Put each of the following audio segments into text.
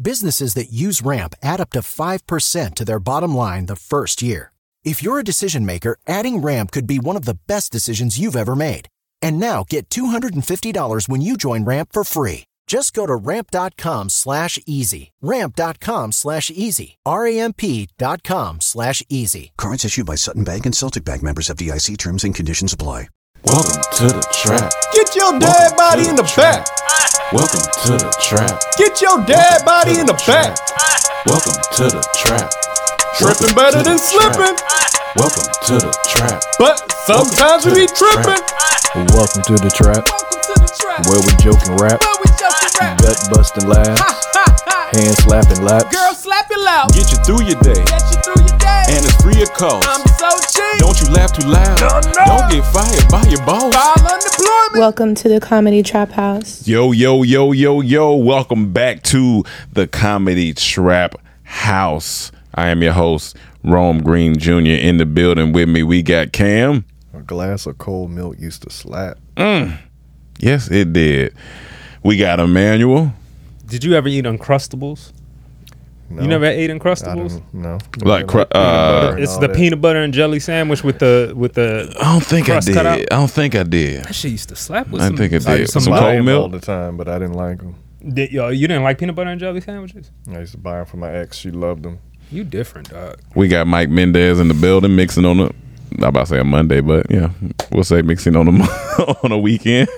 Businesses that use Ramp add up to 5% to their bottom line the first year. If you're a decision maker, adding Ramp could be one of the best decisions you've ever made. And now get $250 when you join Ramp for free. Just go to ramp.com slash easy. Ramp.com slash easy. R-A-M-P dot com slash easy. Cards issued by Sutton Bank and Celtic Bank members of DIC terms and conditions apply. Welcome to the trap. Get your dead body in the back. Welcome to the trap. Get your dead body in the back. Welcome to the trap. Tripping better than slipping. Welcome to the trap. But sometimes we be tripping. Welcome to the trap. Where we joke and rap. Gut busting laughs. Hand slapping laps. Girl, slap it loud. Get you through your day. Get you through your day. And it's free of cost. I'm so cheap. Don't you laugh too loud. No, no. Don't get fired by your boss. File unemployment. Welcome to the Comedy Trap House. Yo, yo, yo, yo, yo. Welcome back to the Comedy Trap House. I am your host, Rome Green Jr. In the building with me, we got Cam. Mm. A glass of cold milk used to slap. Yes, it did. We got Emmanuel. Did you ever eat Uncrustables? No, You never ate I Uncrustables? don't know. Like, cr- uh, It's the peanut butter and jelly sandwich with the with I the. don't think I Crust did. cut I out? don't think I did. That shit used to slap with I some. think it like did. Some Some cold cold milk? all the time, but I didn't like them. Did, yo, you didn't like peanut butter and jelly sandwiches? I used to buy them for my ex. She loved them. You different, dog. We got Mike Mendez in the building mixing on the. I'm about to say a Monday, but yeah, we'll say mixing on a on a weekend.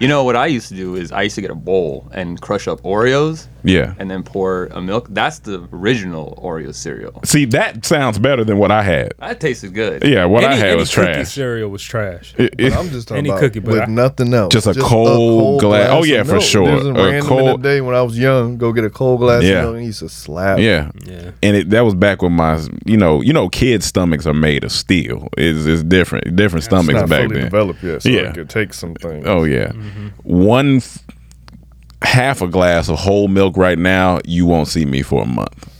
You know what I used to do is I used to get a bowl and crush up Oreos yeah. and then pour a milk. That's the original Oreo cereal. See, that sounds better than what I had. That tasted good. Yeah, what I Any- had any was cookie trash. Cereal was trash. It- it- But I'm just talking Any about cookie, but with I- nothing else. Just a cold gla- oh, of yeah, for milk. sure. There's A a random in the cold- day when I was young, go get a cold glass Yeah. of milk and it used to slap. yeah. Yeah. And it, that was back when my, you know, you know, kids' stomachs are made of steel. Is is different, different it's stomachs not back fully then. developed yet, so Yeah. it could take some things. Oh yeah, one f- half a glass of whole milk right now, you won't see me for a month.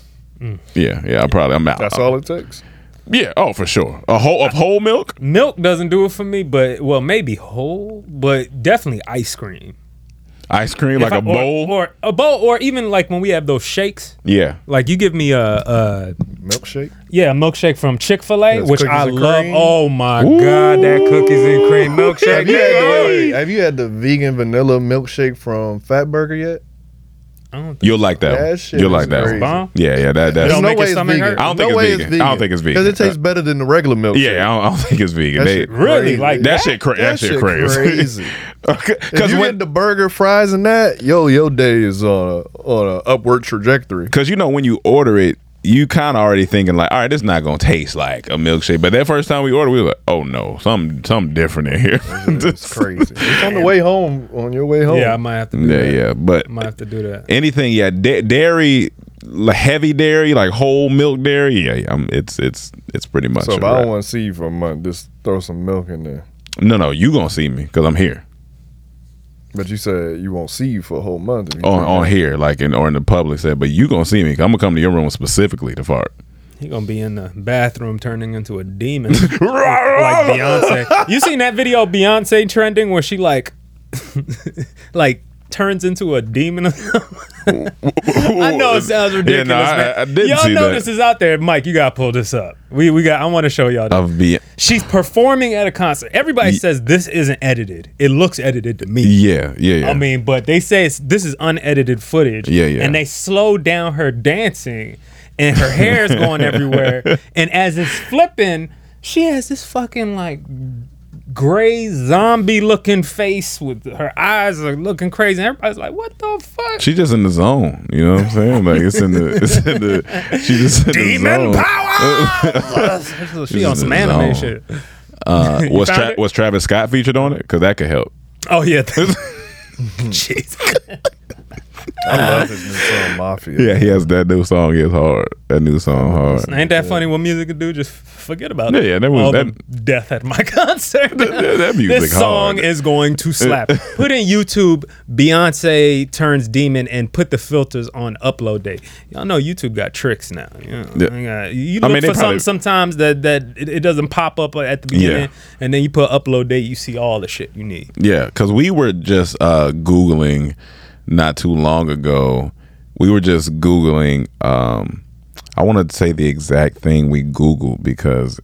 Yeah, yeah, I probably I'm out. Mm. That's all it takes. Yeah, oh for sure, a whole of whole milk. Milk doesn't do it for me, but well, maybe whole, but definitely ice cream. Ice cream, If like I- a or- bowl. or a bowl, or even like when we have those shakes. yeah. Like you give me a, a milkshake. Yeah, a milkshake from Chick Fil A, That's which cookies I and love. cream. Oh my god, that cookies and cream milkshake. Have you, had the, nigga. wait, wait, have you had the vegan vanilla milkshake from Fat Burger yet? You'll like that. That one. shit You'll is like that. one. crazy. Bomb? Yeah, yeah. That that's There's no way it's vegan. I no don't think way it's vegan. I don't think it's vegan. Uh, Because it tastes better than the regular milk. Yeah, I don't, I don't think it's vegan. That They- shit Really? crazy. Like that, that? shit, cra- that, That shit shit crazy. crazy. Because Because you when get the burger, fries, and that, yo, your day is on a, on a upward trajectory. because you know when you order it, you kind of already thinking like, all right, this not gonna taste like a milkshake. But that first time we ordered, we were like, oh no, something something different in here. It's crazy. It's on the way home. On your way home. Yeah, I might have to. Do Yeah, that. yeah. But I might have to do that. anything, yeah, da- dairy, like heavy dairy, like whole milk dairy. Yeah, yeah um, it's it's it's pretty much. So a if I wrap. don't want to see you for a month, just throw some milk in there. no, no, you gonna see me because I'm here But you said you won't see you for a whole month. if you on do on that. here, like in or in the public said. But you gonna see me. i I'm gonna come to your room specifically to fart. He gonna be in the bathroom turning into a demon, like Beyonce. You seen that video of Beyonce trending where she like, like turns into a demon? I know it sounds Yeah, no, ridiculous, I- man. I didn't Y'all see know that. this is out there, Mike. You gotta pull this up. We we got. I want to show y'all. This. Of Beyonce. She's performing at a concert. Everybody says this isn't edited. It looks edited to me. Yeah, yeah, yeah. I mean, but they say it's, this is unedited footage. Yeah, yeah. And they slow down her dancing, and her hair is going everywhere. And as it's flipping, she has this fucking like gray zombie looking face with her eyes are looking crazy. And everybody's like, "What the fuck?" She just in the zone, you know what I'm saying? Like it's in the, it's in the she just in Demon the zone. power. She She's on in some the anime zone. shit. Uh, You was found Tra- it? was Travis Scott featured on it? Because that could help. Oh yeah. Jeez. I love his new song, Mafia. Yeah, he has that new song is hard. That new song hard. Ain't that funny? What music can do? Just forget about Yeah, it. yeah, that was- All the that- death at my concert. that- that music This song hard. is going to slap. put in YouTube, Beyonce turns demon, and put the filters on upload date. Y'all know YouTube got tricks now. You, know, Yeah. they got- you I look mean, they for probably- something sometimes that that it, it doesn't pop up at the Yeah. beginning, and then you put upload date, you see all the shit you need. Yeah, because we were just uh, googling not too long ago. We were just googling. Um, I want to say the exact thing we googled because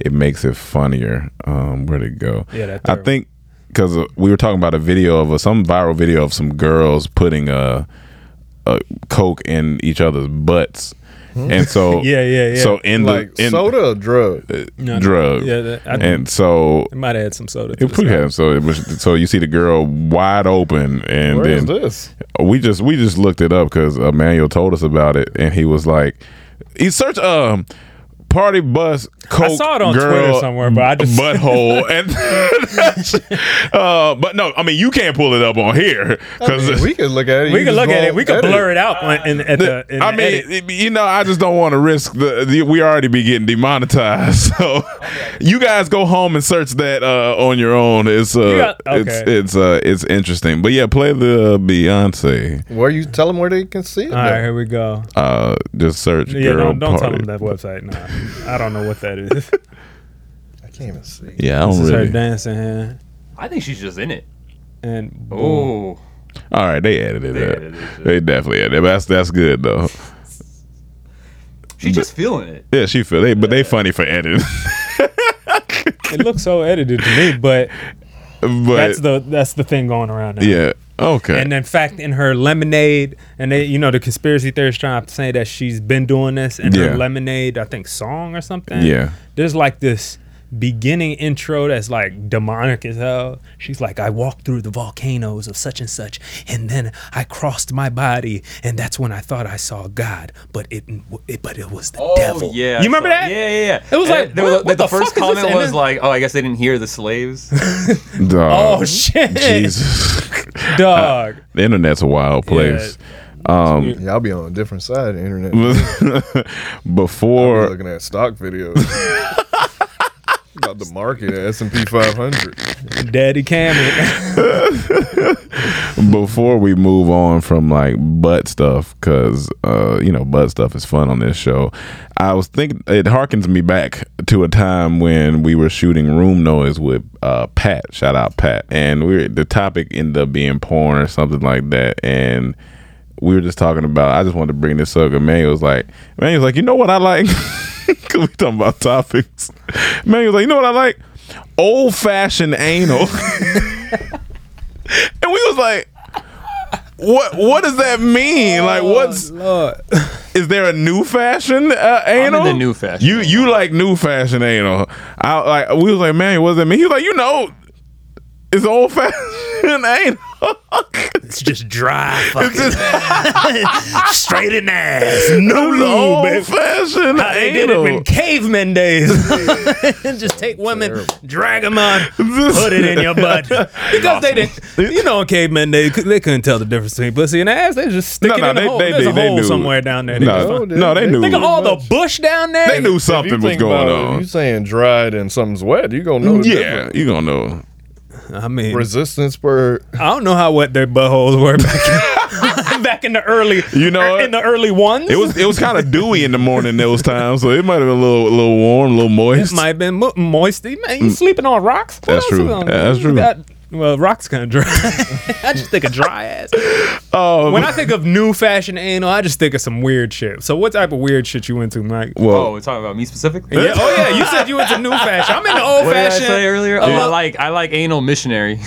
it makes it funnier. Um, where'd it go? Yeah, that I think because we were talking about a video of a, some viral video of some girls putting a, a coke in each other's butts, and so Hmm? Yeah, yeah, yeah. So in like the in Uh, soda or drug. No, no. drug, Yeah, that- I- and so It might add some soda. To it the put side. him so it was so you see the girl wide open and Where is then this? we just we just looked it up because Emmanuel told us about it and he was like he searched um party bus coke I saw it on girl Twitter somewhere, but I just butthole and uh, but no I mean you can't pull it up on here I because mean, we can look at it. we could look at it. We could blur it out when, in, at the. In I the mean, edit. you know, I just don't want to risk the, the. We already be getting demonetized, so you guys go home and search that uh, on your own. It's uh, You got- okay. it's it's uh, it's interesting. But yeah, play the uh, Beyonce. Where you tell them where they can see it. all right, though. here we go. Uh, just search Yeah, girl don't, don't tell party. them that website. No, I don't know what that is. I can't even see. Yeah, I this don't is her really. dancing hand. I think she's just in it. And boom. Oh, All right, they edited They that. edited it. They definitely edited. it. That's that's good though. she's just feeling it. Yeah, she feel they, but they funny for editing. it looks so edited to me, but, but that's the that's the thing going around now. yeah. Okay. And in fact, in her lemonade, and they, you know, the conspiracy theorists trying to say that she's been doing this in Yeah. her lemonade, I think song or something. Yeah. there's like this beginning intro that's like demonic as hell. She's like, I walked through the volcanoes of such and such, and then I crossed my body, and that's when I thought I saw God, but it, it but it was the Oh devil. yeah, I you remember saw- that? Yeah, yeah, yeah. It was And like, there what- was- what the the fuck first is this? comment And was then- like, "Oh, I guess they didn't hear the slaves." Dog. Oh shit, Jesus. dog. the internet's a wild place. Yeah, I'll be on a different side of the internet. Before We're looking at stock videos about the market at S and P 500. Daddy Cameron. before we move on from like butt stuff because uh you know butt stuff is fun on this show i was thinking it harkens me back to a time when we were shooting room noise with uh, Pat. Shout out Pat. And we were, the topic ended up being porn or something like that. And we were just talking about. I just wanted to bring this up. And Manny was like, Manny was like, you know what I like? 'Cause we talking about topics. Manny was like, you know what I like? Old fashioned anal. and we was like, what what does that Oh, mean? like, what's is there a new fashion uh, anal? the new fashion. You you like new fashion anal? I like we was like, man, what does that mean? He was like, you know, it's old fashioned anal. It's just dry fucking. Straight in there. No, lube, old baby. fashioned How they did it anal. in caveman days. just take women, drag them out, put it in your butt. Because they didn't, you know, in cavemen they cou- they couldn't tell the difference between pussy and ass. They just stick No, it no, in the they- hole. they There's did- a they hole knew. somewhere down there. They No, just- no, no, they knew. Think of all the bush down there. They knew something was think going about it, on. you saying dried and something's wet, you gonna know. the Mm, Yeah, difference. you gonna know. I mean, resistance per. I don't know how wet their buttholes were back in, back in the early. er, You know, in the early ones, it was it was kind of dewy in the morning those times, so it might have been a little a little warm, a little moist. It might have been mo- moisty. Man, you Mm. sleeping on rocks? That's else is true. on- That's you true. got- well, rocks kind of dry. I just think of dry ass. Oh, when I think of new fashion anal, I just think of some weird shit. So, what type of weird shit you into, Mike? oh, we're talking about me specifically. Yeah, oh yeah, you said you into new fashion. I'm into old what did I fashioned. say earlier? Oh, Yeah. I like I like anal missionary.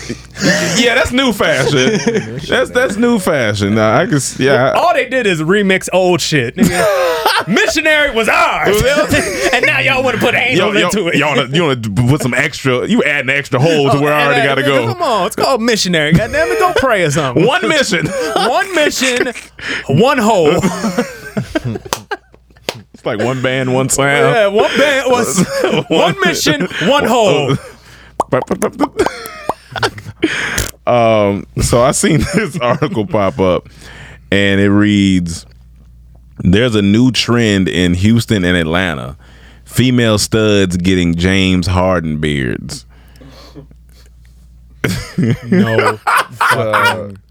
yeah, that's new fashion. that's that's new fashion. Nah, I can s- yeah. I- All they did is remix old shit. nigga. Missionary was ours, and now y'all want to put anal into it. Oh, You want to you want to put some extra? You add an extra hole to where I already got to uh, Come go. on, it's called missionary. God damn it, go pray or something. One mission. one mission, one hole. It's like one band, one sound. Yeah, one band was one, mission, one hole. um, so I seen this article pop up, and it reads: "There's a new trend in Houston and Atlanta: female studs getting James Harden beards." no.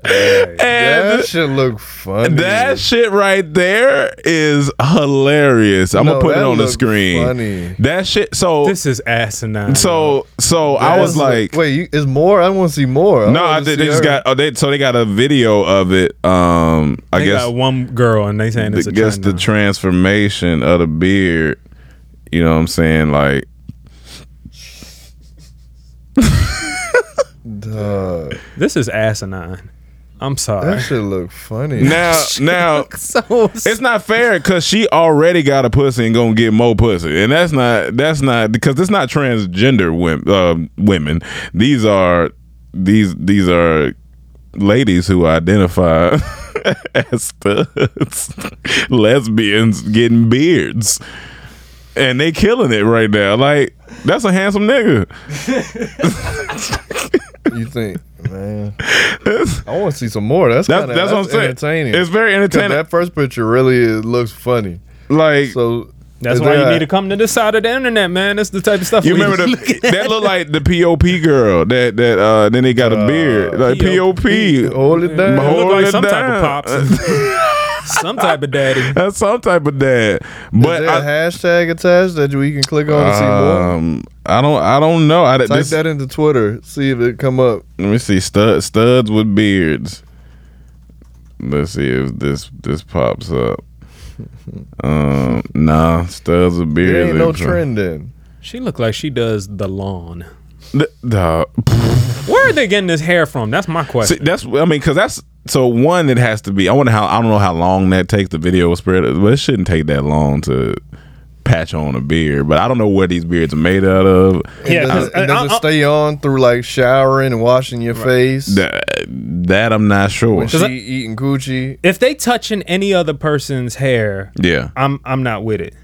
that shit look funny. That shit right there is hilarious. I'm No, gonna put it that on the looked screen. funny. That shit. So this is asinine. So so I That was is- like, wait, you, is more? I want to see more. no, I did, they just got. Oh, they so they got a video of it. Um, I They guess got one girl, and they saying it's I a guess trend. the transformation of the beard. You know what I'm saying? Like, This is asinine. I'm sorry. That shit look funny. Now, now, it's not fair because she already got a pussy and gonna get more pussy, and that's not that's not because it's not transgender women. um women, these are these these are ladies who identify as studs, lesbians getting beards, and they killing it right now. Like that's a handsome nigga. you think, man? I want to see some more. That's That's- kinda, that's what I'm saying. Entertaining. It's very 'Cause entertaining. That first picture really is, looks funny. Like so. That's is why there you a- need to come to this side of the internet, man. That's the type of stuff You we remember looking the, at. that looked like the POP girl that that uh then they got a beard like POP Uh, hold it down It hold looked like it some type of down. pops. some type of daddy. that's some type of dad Is but there a I, hashtag attached that we can click on to see more? um I don't I don't know I Type this, that into Twitter. See if it come up. let me see stud, studs with beards let's see if this this pops up um nah studs with beards There ain't no is- trend then. She looked like she does the lawn. Th- nah. Where are they getting this hair from? That's my See, question. that's I mean, because that's so one. It has to be. I wonder how. I don't know how long that takes. The video was spread, but it shouldn't take that long to patch on a beard. But I don't know where these beards are made out of. And does, it, and does it stay on through like showering and washing your face? That, that I'm not sure. When she eating coochie. if they touching any other person's hair, Yeah. I'm I'm not with it.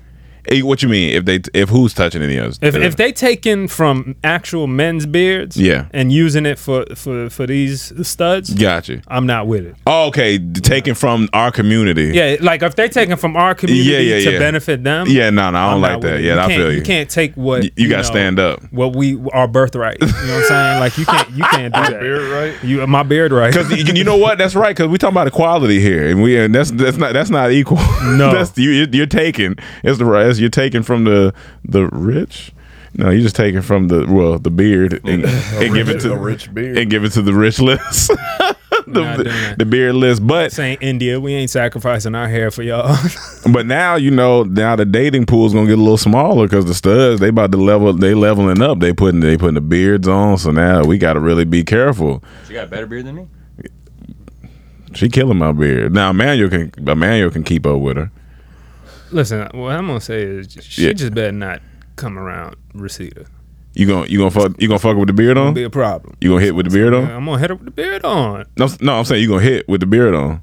Eh, What you mean? If they if who's touching any of us? If, if they taking from actual men's beards, Yeah. and using it for for for these studs, gotcha. I'm not with it. Oh, okay, taken from our community. Yeah, like if they taking from our community Yeah, yeah, to yeah. benefit them, Yeah, no, no, I don't I'm like not with that. it. Yeah, I can't- feel you. You can't take what You- you gotta know, stand up. What we our birthright. You know what I'm saying? Like you can't you can't do that. Beard right? You my beard right? Cause you, you know what? That's right. Cause we talking about equality here, and we and that's that's not that's not equal. No. that's you. You're, you're taking. It's the right. It's guess you're taking from the the rich. No, you're just taking from the well the beard and, and give it rich- to a rich beard. and give it to the rich list. the, the beard list, but saying India, we ain't sacrificing our hair for y'all. but now you know now the dating pool's gonna get a little smaller because the studs they about to level they leveling up they putting they putting the beards on so now we got to really be careful. She got a better beard than me. She killing my beard now. Emmanuel can Emmanuel can keep up with her. Listen, what I'm gonna say is she Yeah. just better not come around Reseda. You gonna you gonna fuck you gonna fuck with the beard on? Be a problem. You gonna hit with the beard on? I'm gonna hit her with the beard on. No, s- no, I'm saying you gonna hit with the beard on.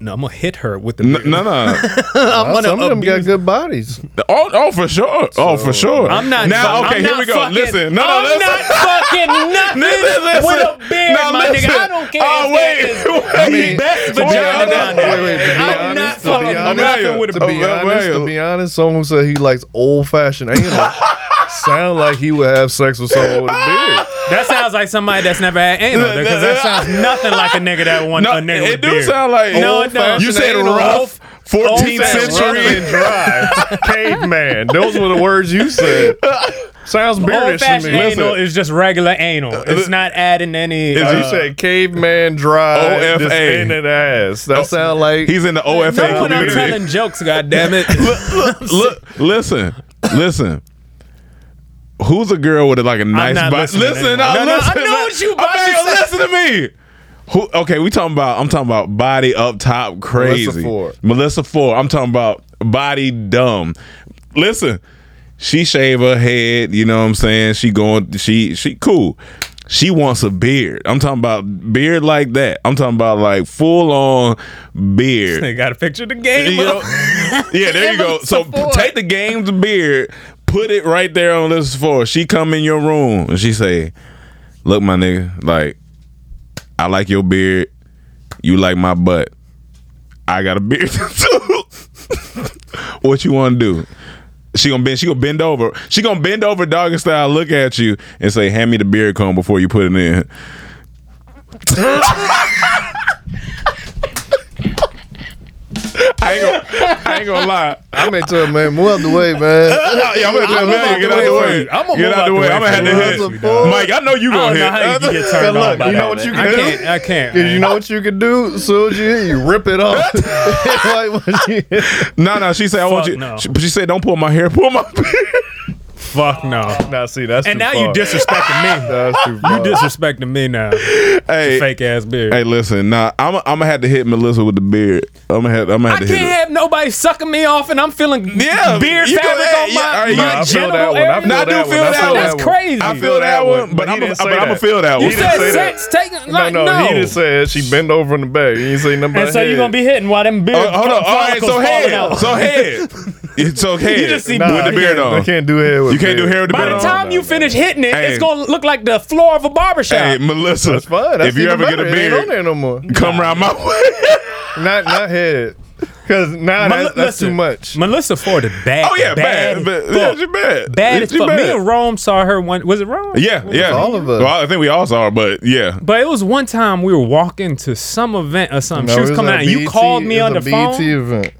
No, I'm gonna hit her with the No, beard. no, no. I'm gonna some of them got abuse- good bodies. Oh, oh, for sure. oh, for sure. I'm not. now. I'm okay, here not we go. fucking- listen, no, no, I'm listen. not fucking nothing Listen, listen. with a beard, No, my listen. nigga. I don't care. Oh, wait, if that is wait. the I mean, best wait, vagina hold on. down there. Wait, wait, To be I'm not honest, to fucking be honest, nothing with a to be beard. honest, to be honest, someone said he likes old fashioned anal. Sound like he would have sex with someone with a beard. That sounds like somebody that's never had anal because that sounds nothing like a nigga that want a nigga with it do beard. sound like no, it don't. You said rough, 14th century. and dry caveman. Those were the words you said. Sounds Old beardish to fashioned me. anal is just regular anal. Uh, It's not adding any. As you uh, said, caveman dry. OFA. just in and ass. Oh. That sound like He's in the OFA no, when I'm community. telling jokes, goddamn it. look, look, listen, listen. Who's a girl with like a nice not body? listening Listen, anymore. uh, No, no, I listen, know what you about to Emmanuel, say. Listen to me. Who? Okay, we talking about. I'm talking about body up top crazy. Ford. Melissa Ford. I'm talking about body dumb. Listen, she shave her head. You know what I'm saying? She going. She she cool. She wants a beard. I'm talking about beard like that. I'm talking about like full on beard. They got a picture of the game. You know- yeah, there you go. So p- take the game's beard, put it right there on this floor. She come in your room and she say, "Look, my nigga, like I like your beard, you like my butt. I got a beard too. what you want to do?" She gonna bend. She gonna bend over. She gonna bend over, doggy style. Look at you and say, "Hand me the beard comb before you put it in." I ain't gonna, I ain't gonna lie. I'm into it, man. Move out the way, man. Yeah, I'm gonna tell Mel, get out the way. I'm gonna Get out the way. I'm gonna have to hit. Mike, I know you I gonna don't know how you hit. can get turned Look, on by you know that, what man. you I can do? can't. I can't. Cause you man. know what you can do? As soon as you hit, you rip it off. like, what you- No, no, she said I want Fuck you. no. She, but she said don't pull my hair, pull my beard. Fuck no. Now see, that's And too now far. you disrespecting me. That's too You far. disrespecting me now. Hey, Fake ass beard. hey, listen, nah, I'm I'm gonna have to hit Melissa with the beard. I'm gonna have, I'm gonna I have to can't hit. her. have nobody sucking me off, and I'm feeling Yeah, beard you fabric feel that? on my, Yeah, all right, you- my I feel genital that one. I area. feel Nah, I do that feel one. I that feel one. that That's crazy. I feel that one, but he I'm didn't say gonna that. feel You that one. You He didn't said say that. sex taking No, like no, no. he just said she bent over in the bed. He didn't say nothing and about so you're head. gonna be hitting while them beard. Uh, hold on. All right, follicles so falling head, out. so head. It's okay. You just see Nah, with I the beard can't- I on. can't do hair with You can't do beard. hair with the By beard the on. time you finish hitting it, Hey. it's gonna look like the floor of a barbershop. Hey, Melissa, That's fine. That's if you even ever better. get a It ain't on beard, there no more. come round my way. Not not head. Cause now Mel- that's, that's too listen, much. Melissa Ford is bad. Oh, yeah, bad. bad, bad. as Yeah, fuck. she bad. Bad as She fuck. Me bad. and Rome saw her one. Was it Rome? Yeah, yeah. all of us. Well, I think we all saw her, but yeah. But it was one time we were walking to some event or something. No, she it was coming a out. and You BT called me it on the was a phone. BT event.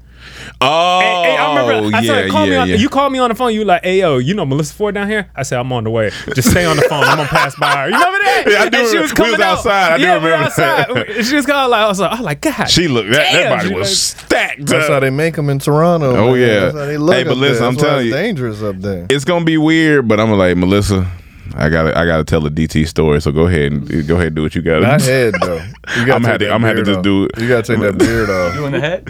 Oh, Hey, hey, I remember. I said, call me on, You called me on the phone. You like, hey yo, you know Melissa Ford down here? I said, I'm on the way. Just stay on the phone. I'm gonna pass by her. You remember that? Yeah, I do And she remember- was we coming was out. outside. I do yeah, we were remember outside. that. And She just got like, I was like, oh my god. She looked that Damn, that body she was like- stacked. That's up. how they make them in Toronto. Oh, man. yeah. That's how they look Hey, but up there. listen, I'm That's why telling it's you- dangerous up there. it's gonna be weird, but I'm like Melissa. I gotta, I gotta tell the DT story. So go ahead and go ahead and do what you gotta. Not do. head though. You gotta I'm take had to- that I'm had to beard just off. do it. You gotta take that beard off. You in the head?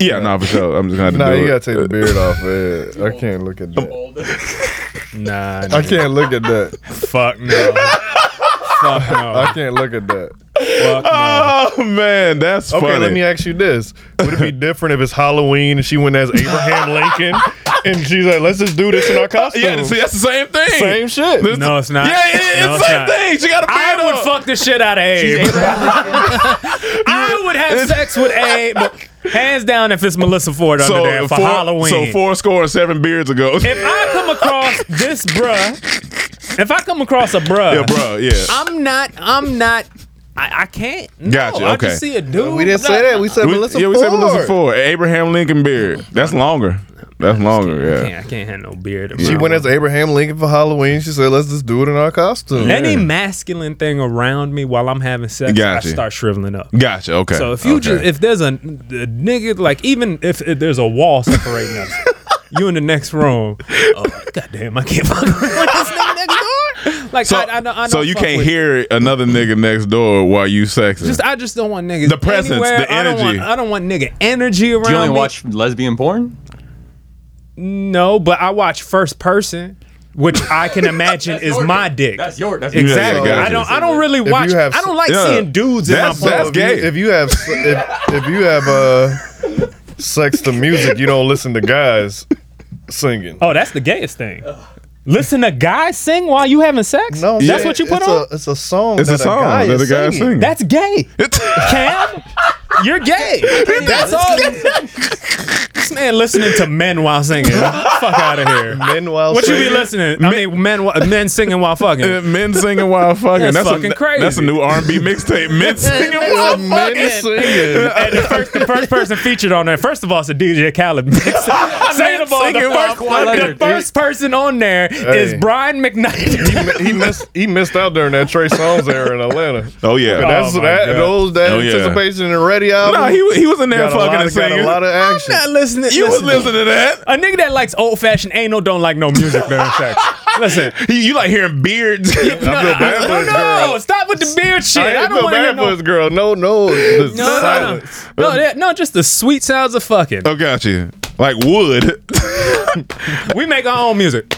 Yeah, no, for sure. I'm just gonna have to Nah, do you it. gotta take the beard off. Man. I can't look at that. Nah, I can't look at that. fuck no. fuck no. I can't look at that. Fuck no. Oh man, that's Okay, funny. let me ask you this: Would it be different if it's Halloween and she went as Abraham Lincoln, and she's like, "Let's just do this in our costume"? yeah, see, that's the same thing. Same shit. This- No, it's not. Yeah, it is No, the it's same not. thing. She got a I beard would on. fuck the shit out of Abe. I would have sex with Abe, hands down. If it's Melissa Ford under there for four, Halloween, So four score and seven beards ago. if I come across this bruh, if I come across a bruh, yeah, bro. Yeah. I'm not, I'm not, I, I can't. No, Gotcha, I okay. just see a dude. we didn't say that. We said We- Melissa yeah, we said Melissa Ford. Ford. Abraham Lincoln beard. That's longer. That's longer. I can't have no beard. She around went as Abraham Lincoln for Halloween. She said, "Let's just do it in our costume." Any masculine thing around me while I'm having sex, Gotcha. I start shriveling up. Gotcha. Okay. So if you Okay. just if there's a, a nigga like even if, if there's a wall separating us, you in the next room. Oh goddamn, I can't fuck with this nigga next door. Like so, I, I, don't- I so don't you fuck can't with- hear another nigga next door while you sexing. Just I just don't want niggas. The presence, anywhere. the I don't want- energy. I don't want, nigga energy around. Do you only me. watch lesbian porn? No, but I watch first person, which I can imagine is my dick. That's your that's your- exactly. Yeah, yeah, I don't. yeah. I don't really If you watch. have I s- don't like yeah. seeing dudes in my That's- that's porn. gay. If you have, if, if you have uh, sex to music, you don't listen to guys singing. Oh, that's the gayest thing. Listen to guys sing while you having sex. No, that's yeah, what you put it's on. a- it's a song It's a that a song guy that is a guy singing. sings. That's gay. Cam, you're gay. That's all. This man listening to men while singing. Fuck out of here. Men while what you be singing? listening? I mean, men wa- men singing while Uh, fucking. men singing while fucking. That's That's, a- fucking crazy. That's a new R and B mixtape. Men singing Well, while men fucking. singing. And the first, the first person featured on there, first of all, it's a DJ Khaled. Second of all, the singing while first, the fucking. first person on there is Hey. Brian McKnight. He, mi- he missed. He missed out during that Trey Songz era in Atlanta. Oh yeah, But that's Oh, my that. God. Those that Oh, yeah. anticipation and ready album. No, he- he was in got there a fucking lot- and Got singing. a lot of action. I'm not listening. You was listening to that. A nigga that likes old fashioned anal don't like no music during sex. Listen, You, you like hearing beards? Oh, I feel bad for no, this no, girl. stop with the beard shit. I, I don't feel want to hear bad for no. this girl. No, no, the No, no, no, silence. no, that- no, just the sweet sounds of fucking. Oh, got you. Like wood. We make our own music.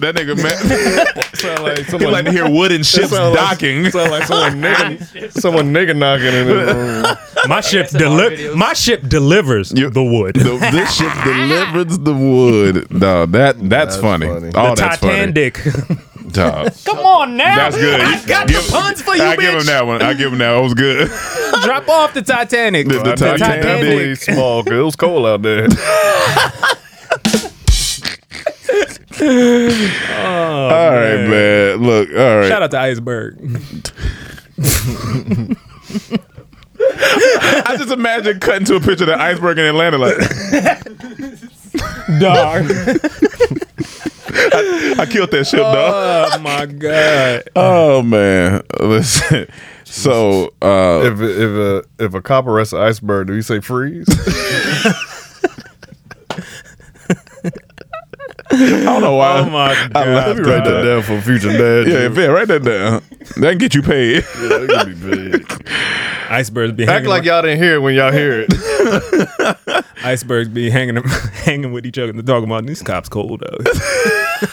That nigga, man. Sound like he someone- like to hear wooden ships sound like- docking. sound like someone nigga, someone nigga knocking in the room. My ship deli- My ship delivers the wood. The- this ship delivers the wood. No, that that's, funny. Oh, the Titan that's funny. dick. Dog. Come on now. That's good. I got Give- the puns for you, I bitch. give him that one. I give him that. It was good. Drop off the Titanic. The- the Titan Definitely small. 'cause It was cold out there. all right, man. Look, all right. Oh, Shout out to Iceberg. I just imagine cutting to a picture of the iceberg in Atlanta. Like, Oh, Dog. I killed that ship, dog. oh my god. Oh man, listen. So, uh, If if a if a cop arrests an iceberg, do you say freeze? I don't know why. Oh my I God, laughed Let me write at that that. down for future dad. Yeah, man, write that down. That can get you paid. That could be big. Icebergs be Act hanging like y'all didn't hear it when y'all hear it. icebergs be hanging hanging with each other and talking about these cops cold out.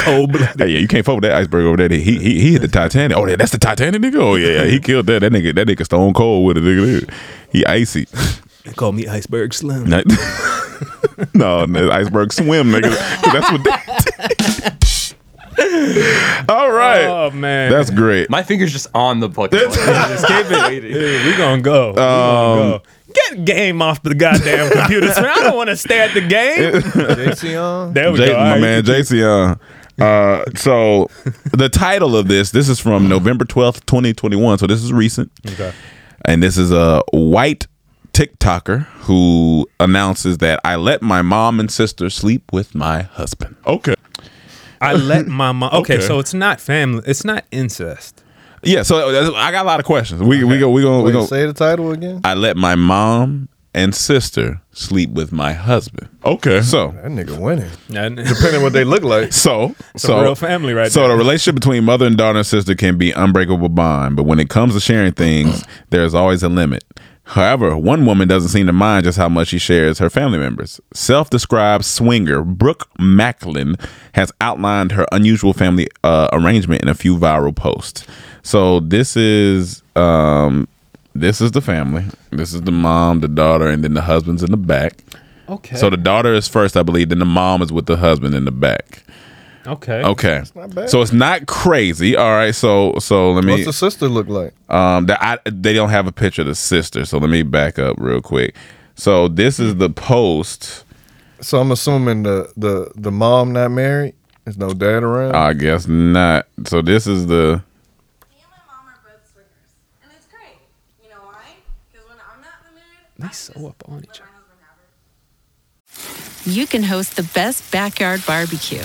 cold blooded. Hey, yeah, you can't fuck with that iceberg over there. He he, he hit the Titanic. Oh, yeah, that's the Titanic nigga. Oh yeah, yeah, he killed that. That nigga, that nigga stone cold with it. Nigga, he icy. They call me Iceberg Slim. Not- no, no, iceberg swim, nigga. 'Cause That's what. they- All right, Oh man. that's great. My finger's just on the fucking. Just keep it. Dude, we gonna go. We gonna Um, go. Get game off the goddamn computer screen. I don't want to stay at the game. JC on. There we J- go. All my right. man, JC. Uh, uh, so the title of this, this is from November 12th, 2021. So this is recent. Okay. And this is a white TikToker who announces that I let my mom and sister sleep with my husband. Okay. I let my mom. Okay, Okay. so it's not family. It's not incest. Yeah. So uh, that's- I got a lot of questions. We we go we gonna we Wait, gonna. say the title again. I let my mom and sister sleep with my husband. Okay. So That nigga winning. Depending Depending what they look like. So, a so real family right So there. the relationship between mother and daughter and sister can be unbreakable bond, but when it comes to sharing things, there's always a limit. However, one woman doesn't seem to mind just how much she shares her family members. Self-described swinger Brooke Macklin has outlined her unusual family uh, arrangement in a few viral posts. So this is um, this is the family. This is the mom, the daughter, and then the husband's in the back. Okay. So the daughter is first, I believe. Then the mom is with the husband in the back. okay. Okay. bad. So it's not crazy. All right. So so let What's me the sister look like? um that I they don't have a picture of the sister. So let me back up real quick. So this is the post. So I'm assuming the the the mom not married. There's no dad around. I guess not. So this is the Me and my mom are both swingers, and it's great. You know why? Because when I'm not in the mood, They so up on each other. you can host the best backyard barbecue.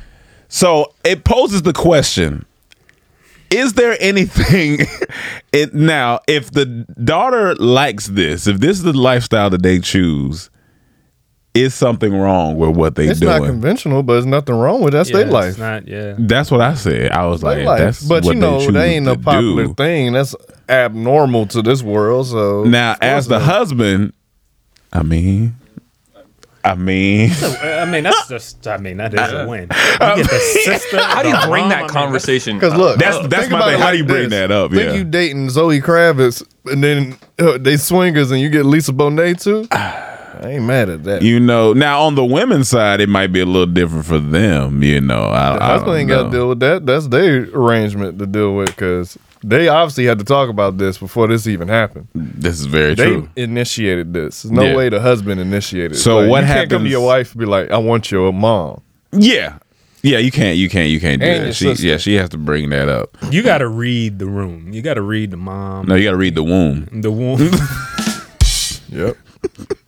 So it poses the question: Is there anything it now? If the daughter likes this, if this is the lifestyle that they choose, is something wrong with what they it's doing? not conventional, but there's nothing wrong with it. That's Yeah, their it's life. Not yeah. That's what I said. I was like, Their life. that's but what you know, they, that ain't ain't a no popular do. thing. That's abnormal to this world. So Now, as the husband, I mean, I mean, I mean, that's just. I mean, that is a win. You get the sister, How do you the bring mom, I that mean, conversation? Because up? look, uh, think about it like this. Think yeah. you dating Zoe Kravitz and then uh, they swingers and you get Lisa Bonet too? I ain't mad at that. you know. Now, on the women's side, it might be a little different for them. You know, I, The I husband don't ain't got to know. deal with that. That's their arrangement to deal with because they obviously had to talk about this before this even happened. This is very they true. initiated this. There's no Yeah. way the husband initiated. it. So Like, what you Can't come to happens- your wife and be like, "I want your mom." Yeah, yeah. You can't. You can't. You can't do And your that. She, sister. yeah, she has to bring that up. You got to read the room. You got to read the mom. No, you got to read the womb. The womb. yep.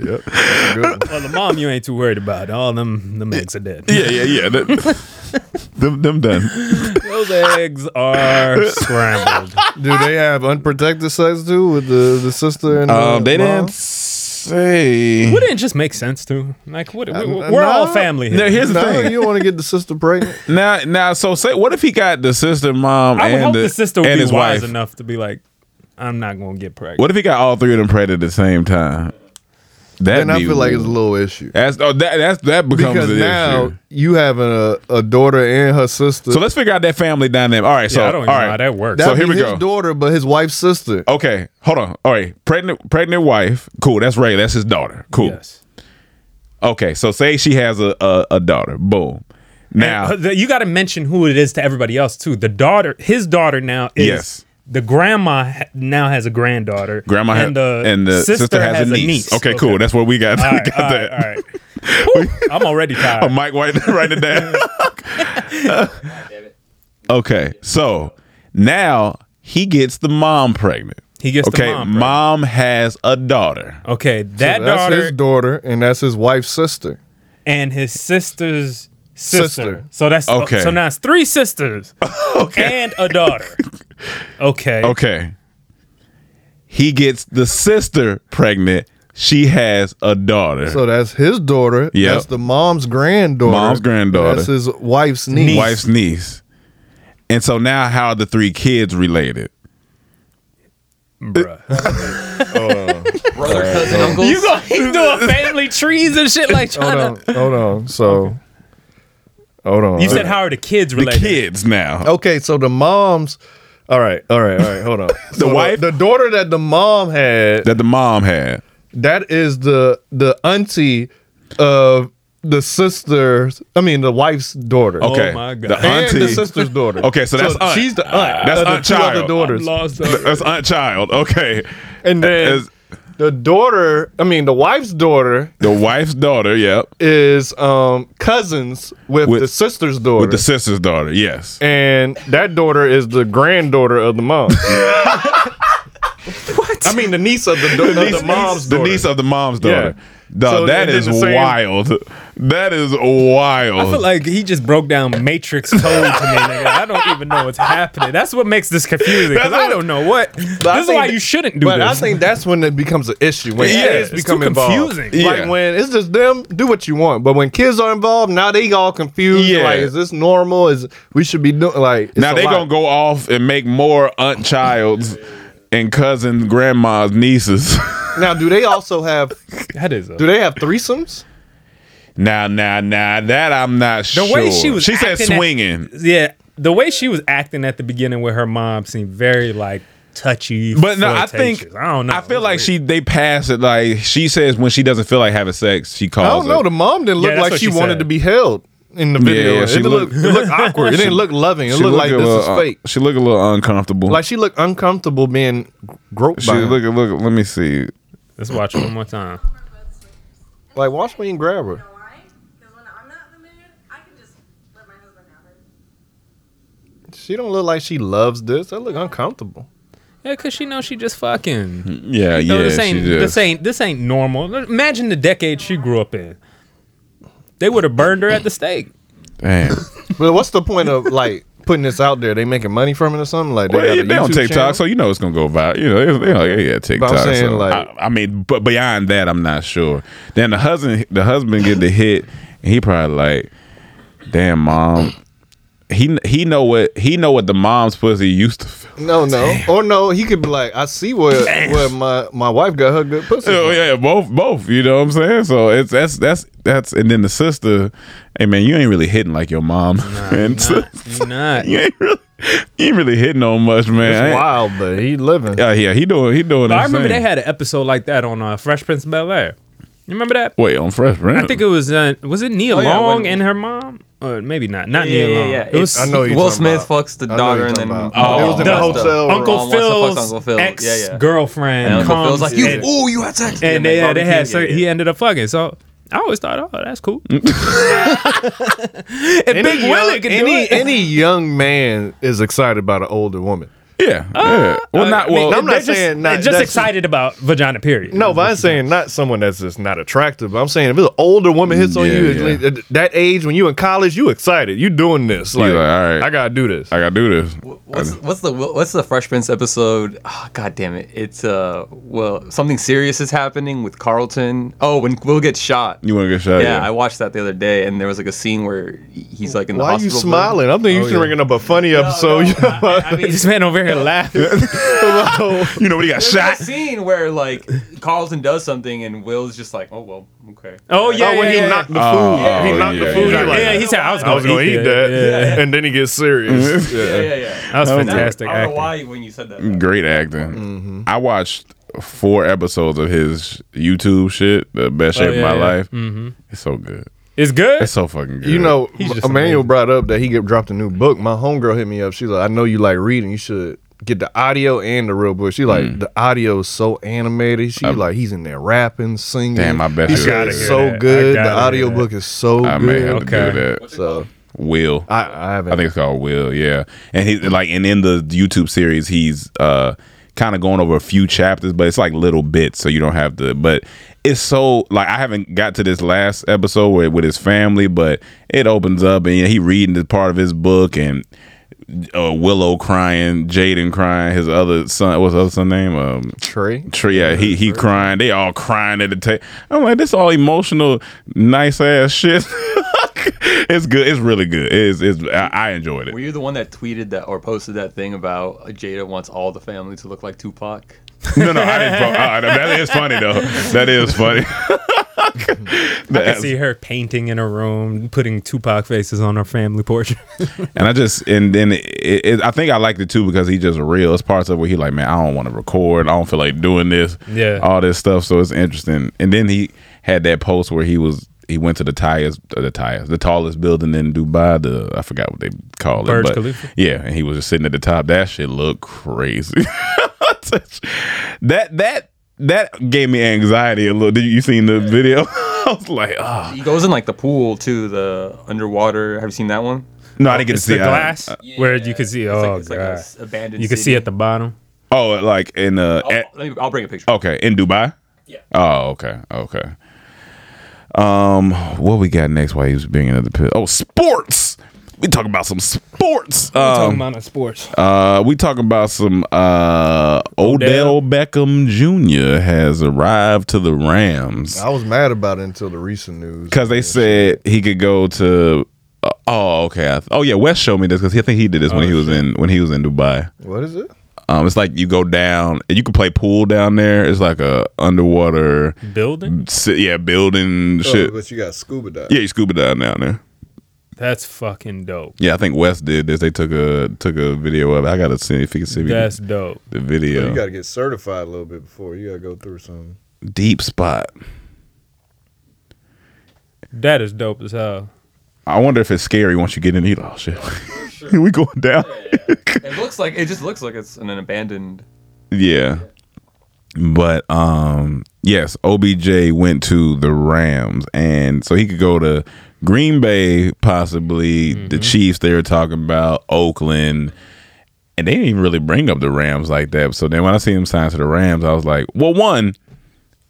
Yep. well, the mom you ain't too worried about. All them them eggs are dead. Yeah, yeah, yeah. That- them, them done. Those eggs are scrambled. Do they have unprotected sex too with the, the sister and Um, the they mom? didn't say. Wouldn't it just make sense to like? What, we- Uh, we're no. all family. Here. Now, here's the No, thing. you don't want to get the sister pregnant. Now, now, so say, what if he got the sister, mom, I would and hope the, the, sister would and be his wise wife? enough to be like, I'm not gonna get pregnant. What if he got all three of them pregnant at the same time? That Then I feel like it's a little issue. That's oh, that that's that becomes because an now issue. you have a, a daughter and her sister. So let's figure out that family dynamic. All right, so Yeah, I don't even all know right. how that works. So That'd here be we his go. daughter, but his wife's sister. Okay, hold on. All right, pregnant pregnant wife. Cool. That's Ray. That's his daughter. Cool. Okay, so say she has a a, a daughter. Boom. Now, And, uh, you got to mention who it is to everybody else too. The daughter, his daughter now is Yes. the grandma ha- now has a granddaughter. grandma ha- and the and the sister, has, a niece. Okay, cool. That's what we got. All we right, got all that. right, all right. Whew, I'm already tired. Oh, Mike White, write it down. Okay, so now he gets the mom pregnant. He gets the okay. mom mom, pregnant. Oh, has a daughter. Okay, that so that's daughter his daughter, and that's his wife's sister. and his sister's sister. Sister. So that's oh, Okay. So now it's three sisters and a daughter. Okay. Okay. He gets the sister pregnant. She has a daughter. So that's his daughter. Yep. That's the mom's granddaughter. Mom's granddaughter. That's his wife's niece. wife's niece. And so now, how are the three kids related? brother, cousin, uncle. You go he's doing family trees and shit like Hold trying on. to. Hold on. So, hold on. You said how are the kids related? kids now. Okay, so the mom's. All right, all right, all right. Hold on. the wife? the daughter that the mom had. That the mom had. That is the the auntie of the sister's. I mean, the wife's daughter. Okay. The And auntie. the sister's daughter. Okay, so that's aunt. she's the aunt. That's of the aunt two other child. daughters. Lost That's aunt child. Okay. And then As- The daughter, I mean, the wife's daughter. The wife's daughter, yep. Is um cousins with, the sister's daughter. With the sister's daughter, yes. and that daughter is the granddaughter of the mom. what? I mean, the niece of the, da- of the mom's the daughter. niece of the mom's Yeah. daughter. Dog, So, that and then is the same- wild. That is wild. I feel like he just broke down Matrix code to me, nigga. I don't even know what's happening. That's what makes this confusing. Because I don't know what. This is why you shouldn't do but this. I think that's when it becomes an issue. When Yeah, kids it's become too involved, confusing. like Yeah. when it's just them, do what you want. But when kids are involved, now they all confused. Yeah. Like, is this normal? Is we should be doing like it's now a they lot. gonna go off and make more aunt childs and cousin grandmas nieces. Now, do they also have? that is. do they have threesomes? Now, now, now that I'm not the sure. way she was she said acting at- swinging. yeah the way she was acting at the beginning with her mom seemed very like touchy But no, I think flirtatious. I don't know. I feel like she they pass it like she says when she doesn't feel like having sex, she calls. I don't know. it. The mom didn't Yeah, look that's like what she, she wanted said. to be held in the video. Yeah, yeah, it, looked, it looked awkward. It didn't look loving. It She looked like a this is little, uh, fake. She looked a little uncomfortable. Like she looked uncomfortable being groped she by. him. look look. Let me see. let's watch it one more time Like watch me and grab her. She don't look like she loves this. That look uncomfortable. yeah because she knows she just fucking Yeah, You know, Uh, yeah. this ain't she this just- ain't this ain't normal imagine the decade she grew up in they would have burned her at the stake Damn. but what's the point of like putting this out there? They making money from it or something? Like they, Well, got yeah, a they on YouTube TikTok, channel? so you know it's gonna go viral. You know, they, they like, yeah, yeah, TikTok. saying, so like- I, I mean, but beyond that, I'm not sure. Then the husband, the husband get the hit, and he probably like, "Damn, mom." He he know what he know what the mom's pussy used to. Feel. No, no, or no. He could be like, I see where where my my wife got her good pussy. Oh yeah, both both. You know what I'm saying? So it's that's that's that's and then the sister. Hey man, you ain't really hitting like your mom. and so- you not you ain't really you ain't really hitting on much, man. It's wild, but he living. Yeah, yeah, he doing he doing. But I remember insane. they had an episode like that on uh, Fresh Prince of Bel Air. You remember that? Wait, on Fresh Prince? I think it was uh, was it Nia Oh, yeah, Long when- and her mom, or maybe not. Not Yeah, Nia yeah, Long. yeah. It was I know who you're Will talking Smith about. fucks I the know who daughter you're and talking then about. It was in the hotel room. Uncle Wants to fuck Phil's Uncle Phil. Yeah, ex yeah. girlfriend. And Uncle comes Phil's like, "You- ooh, you had sex." and And they, they yeah, they barbecue, had. So yeah, yeah. he ended up fucking. So I always thought, oh, that's cool. Any Big young- Willie can do any, it. any young man is excited about an older woman. Yeah, yeah. Well, not I mean, well. I'm they're not just- saying not they're just excited about vagina. Period. No, but I'm saying not someone that's just not attractive. But I'm saying if an older woman hits on Yeah, you yeah. at le- at that age when you in college, you excited. You doing this? You Like, like, all right, I gotta do this. I gotta do this. What's, what's the what's the Fresh Prince episode? Oh, God damn it! It's uh well something serious is happening with Carlton. Oh, when Will gets shot. You want to get shot? yeah, I watched that the other day, and there was like a scene where he's like in the Why are you hospital. room. smiling? I'm thinking you should bring up a funny episode. this man over here laughing. you know what he There's a scene where like Carlton does something, and Will's just like, "Oh well, okay." Oh yeah, when yeah, he yeah. knocked the food. he knocked yeah, the food. yeah. He like, Yeah, he said, "I was gonna gonna eat eat that." that," Yeah, and then he gets serious. Yeah, yeah, yeah. That was And fantastic I don't acting. know why when you said that. Great acting. Mm-hmm. I watched four episodes of his YouTube shit, the best Oh, shape yeah, of my yeah. life. Mhm. It's so good. It's good. It's so fucking good. You know, He's just Emmanuel amazing. brought up that he get, dropped a new book. My homegirl hit me up. She's like, I know you like reading. You should get the audio and the real book. She like, the audio is so animated. She like, he's in there rapping, singing. Damn, I bet He you- said Gotta it's hear so that. I good. gotta The hear audio book is so I may good. have to do that. So Will. I, I haven't. I think it's called Will. Yeah, and he like and in the YouTube series, he's uh kind of going over a few chapters, but it's like little bits, so you don't have to. But it's so like I haven't got to this last episode where, with his family, but it opens up and you know, he reading the part of his book and. Uh, Willow crying, Jaden crying, his other son. What's the other son name? Um, Trey. Trey. Yeah, he he crying. They all crying at the table. I'm like, this all emotional, nice ass shit. it's good. It's really good. It's it's. I, I enjoyed it. Were you the one that tweeted that or posted that thing about Jada wants all the family to look like Tupac? no, no, I didn't. Bro, uh, that is funny though. That is funny. I could see her painting in her room, putting Tupac faces on her family portrait. And I just and then it, it, I think I liked it too because he just real. It's parts of where he like, man, I don't want to record. I don't feel like doing this. Yeah. all this stuff. So it's interesting. And then he had that post where he was. He went to the tires, uh, the tires, the tallest building in Dubai. The I forgot what they call it. Burj but- Khalifa? Yeah, and he was just sitting at the top. That shit looked crazy. that that that gave me anxiety a little. Did you, you seen the video? I was like, ah. He goes in like the pool too, the underwater. Have you seen that one? No, I didn't get It's to see the it. Uh, I- glass I- where you could see. Oh god, abandoned you could see city. at the bottom. Oh, like in uh, at- let me- I'll bring a picture. Okay, in Dubai. Yeah. Oh, okay, okay. Um, what we got next? While he was being another pit. Oh, sports. We talk about some sports. We're talking Um, about the sports. Uh, we talk about some uh Odell Beckham Jr. has arrived to the Oh, Rams I was mad about it until the recent news. because they said he could go to. uh, oh, okay. I th- oh, yeah. Wes showed me this because I think he did this when Oh, he was in when he was in Dubai. What is it? Um, it's like you go down. You can play pool down there. It's like a underwater Building? si- Yeah, building shit. but you got scuba dive. Yeah, you scuba dive down there. That's fucking dope. Yeah, I think Wes did this. They took a took a video of it. I gotta see if you can see. if you can- That's dope. The video. You got to get certified a little bit before. You got to go through some. Deep spot. That is dope as hell. I wonder if it's scary once you get in. Eat all shit. we going down. It looks like it just looks like it's an, an abandoned. Yeah. But um yes, OBJ went to the Rams and so he could go to Green Bay possibly, Mm-hmm. the Chiefs they were talking about, Oakland. And they didn't even really bring up the Rams like that. So then when I seen him sign to the Rams, I was like, well, one,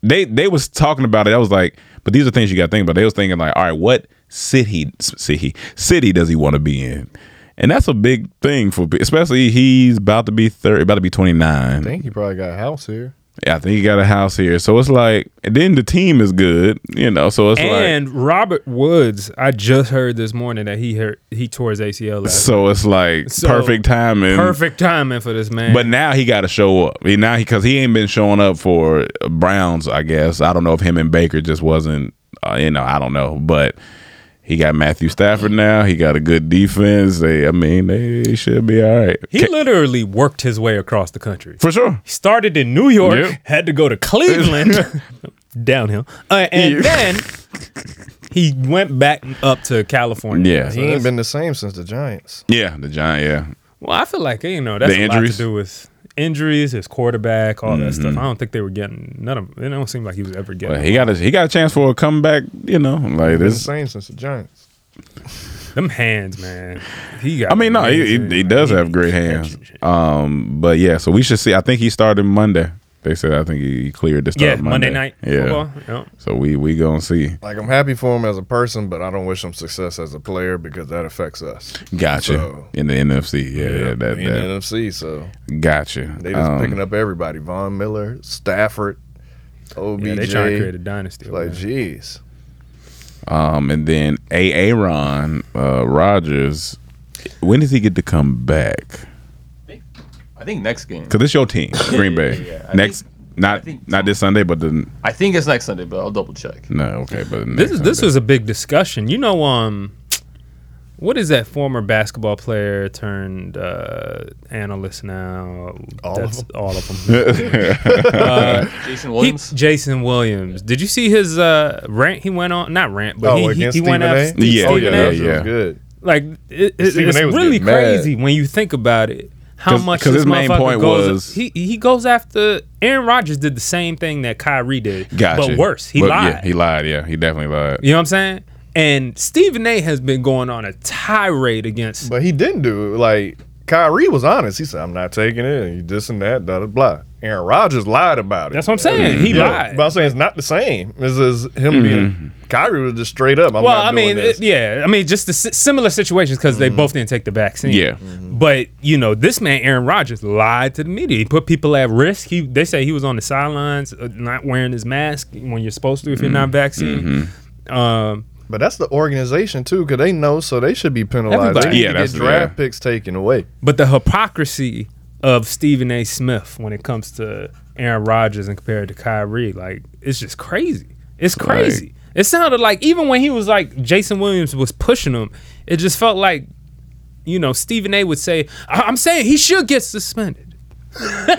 they they was talking about it. I was like, but these are things you got to think about. They was thinking like, all right, what city city city does he want to be in? And that's a big thing for, especially he's about to be thirty, about to be twenty nine. I think he probably got a house here. Yeah, I think he got a house here. So it's like, and then the team is good, you know. So it's and Robert Woods, I just heard this morning that he hurt, he tore his ACL like, last. so it's like So, perfect timing. Perfect timing for this man. But now he got to show up. He, now because he, ain't been showing up for Browns, I guess. I don't know if him and Baker just wasn't, uh, you know, I don't know. But he got Matthew Stafford now. He got a good defense. They, I mean, they should be all right. he literally worked his way across the country for sure. He started in New York, Yep. had to go to Cleveland, downhill, uh, and Yeah. then he went back up to California. Yeah. So He ain't that's- been the same since the Giants. Yeah, the Giant. Yeah, Well, I feel like you know that's The a lot injuries? to do with injuries, his quarterback, all that stuff. I don't think they were getting none of. It don't seem like he was ever getting. But he got a he got a chance for a comeback. You know, like Been the this. same since the Giants. them hands, man. He got. I mean, no, he, he, he does have great hands. Um, but yeah, so we should see. I think he started Monday. They said I think he cleared to start Yeah, Monday night Yeah. football, yep. So we we gonna see. Like I'm happy for him as a person, but I don't wish him success as a player because that affects us. Gotcha. So, in the NFC. Yeah, yeah, that, we in the that. NFC, so Gotcha. they just Um, picking up everybody: Von Miller, Stafford, OBJ. Yeah, they trying to create a dynasty. It's Like, jeez, Um, and then Aaron uh, Rodgers. When does he get to come back? I think next game. Because it's your team, Green Bay. yeah, yeah. I Next, not not this Sunday, but the I think it's next Sunday, but I'll double check. no. Okay, but This next is this Sunday. is a big discussion. You know, um, what is that former basketball player turned uh, analyst now? All of them? All of them. Jason he- Williams? Jason Williams. Did you see his uh, rant he went on? Not rant, but Oh, he, he, against he Stephen went A? after Steve- Yeah, Stephen yeah, A. yeah, yeah. Good. Like it, it, Stephen Oh, it's A was really getting mad. crazy when you think about it. How 'Cause- much 'cause this his main motherfucker point goes, was- he he goes after Aaron Rodgers did the same thing that Kyrie did, Gotcha. but worse. He But, lied. Yeah, he lied. Yeah, he definitely lied. You know what I'm saying? And Stephen A has been going on a tirade against. but he didn't do it. Like Kyrie was honest. He said, "I'm not taking it." And he this and that, da da blah. Aaron Rodgers lied about it. That's what I'm saying. Mm-hmm. He lied. But I'm saying it's not the same. This is him being Mm-hmm. Kyrie was just straight up. I'm well, not I mean, doing this. Mm-hmm. it- yeah, I mean, just the si- similar situations because they both didn't take the vaccine. Yeah. but you know, this man Aaron Rodgers lied to the media. He put people at risk. He they say he was on the sidelines, uh, not wearing his mask when you're supposed to if Mm-hmm. you're not vaccinated. Um, But that's the organization too, because they know, so they should be penalized. Everybody. They need Yeah, to that's- get draft picks taken away. But the hypocrisy of Stephen A. Smith when it comes to Aaron Rodgers and compared to Kyrie, like it's just crazy. It's crazy. it sounded like even when he was like Jason Williams was pushing him, it just felt like, you know, Stephen A. would say, I- "I'm saying he should get suspended." it's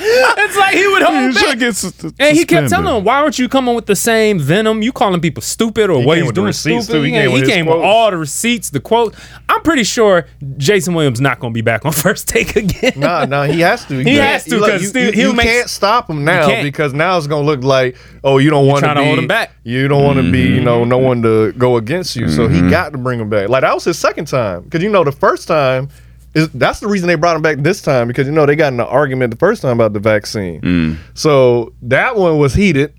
It's like he would hold You should back. get sus- And he kept suspended. telling him, "Why aren't you coming with the same venom? You calling people stupid or He what came he's with the doing receipts, stupid?" too. He He came came, with he his came with all the receipts, the quotes. I'm pretty sure Jason Williams not going to be back on first take again. Nah, nah, he has to. He, You has to can't- you- because you, you, he can't stop him You now can't. because now it's gonna look like oh you don't want trying be to hold him back. You don't want to be Mm-hmm. you know no one to go against you. So he got to bring him back. Like that was his second time because you know the first time is that's the reason they brought him back this time because you know they got in an argument the first time about the vaccine. So that one was heated,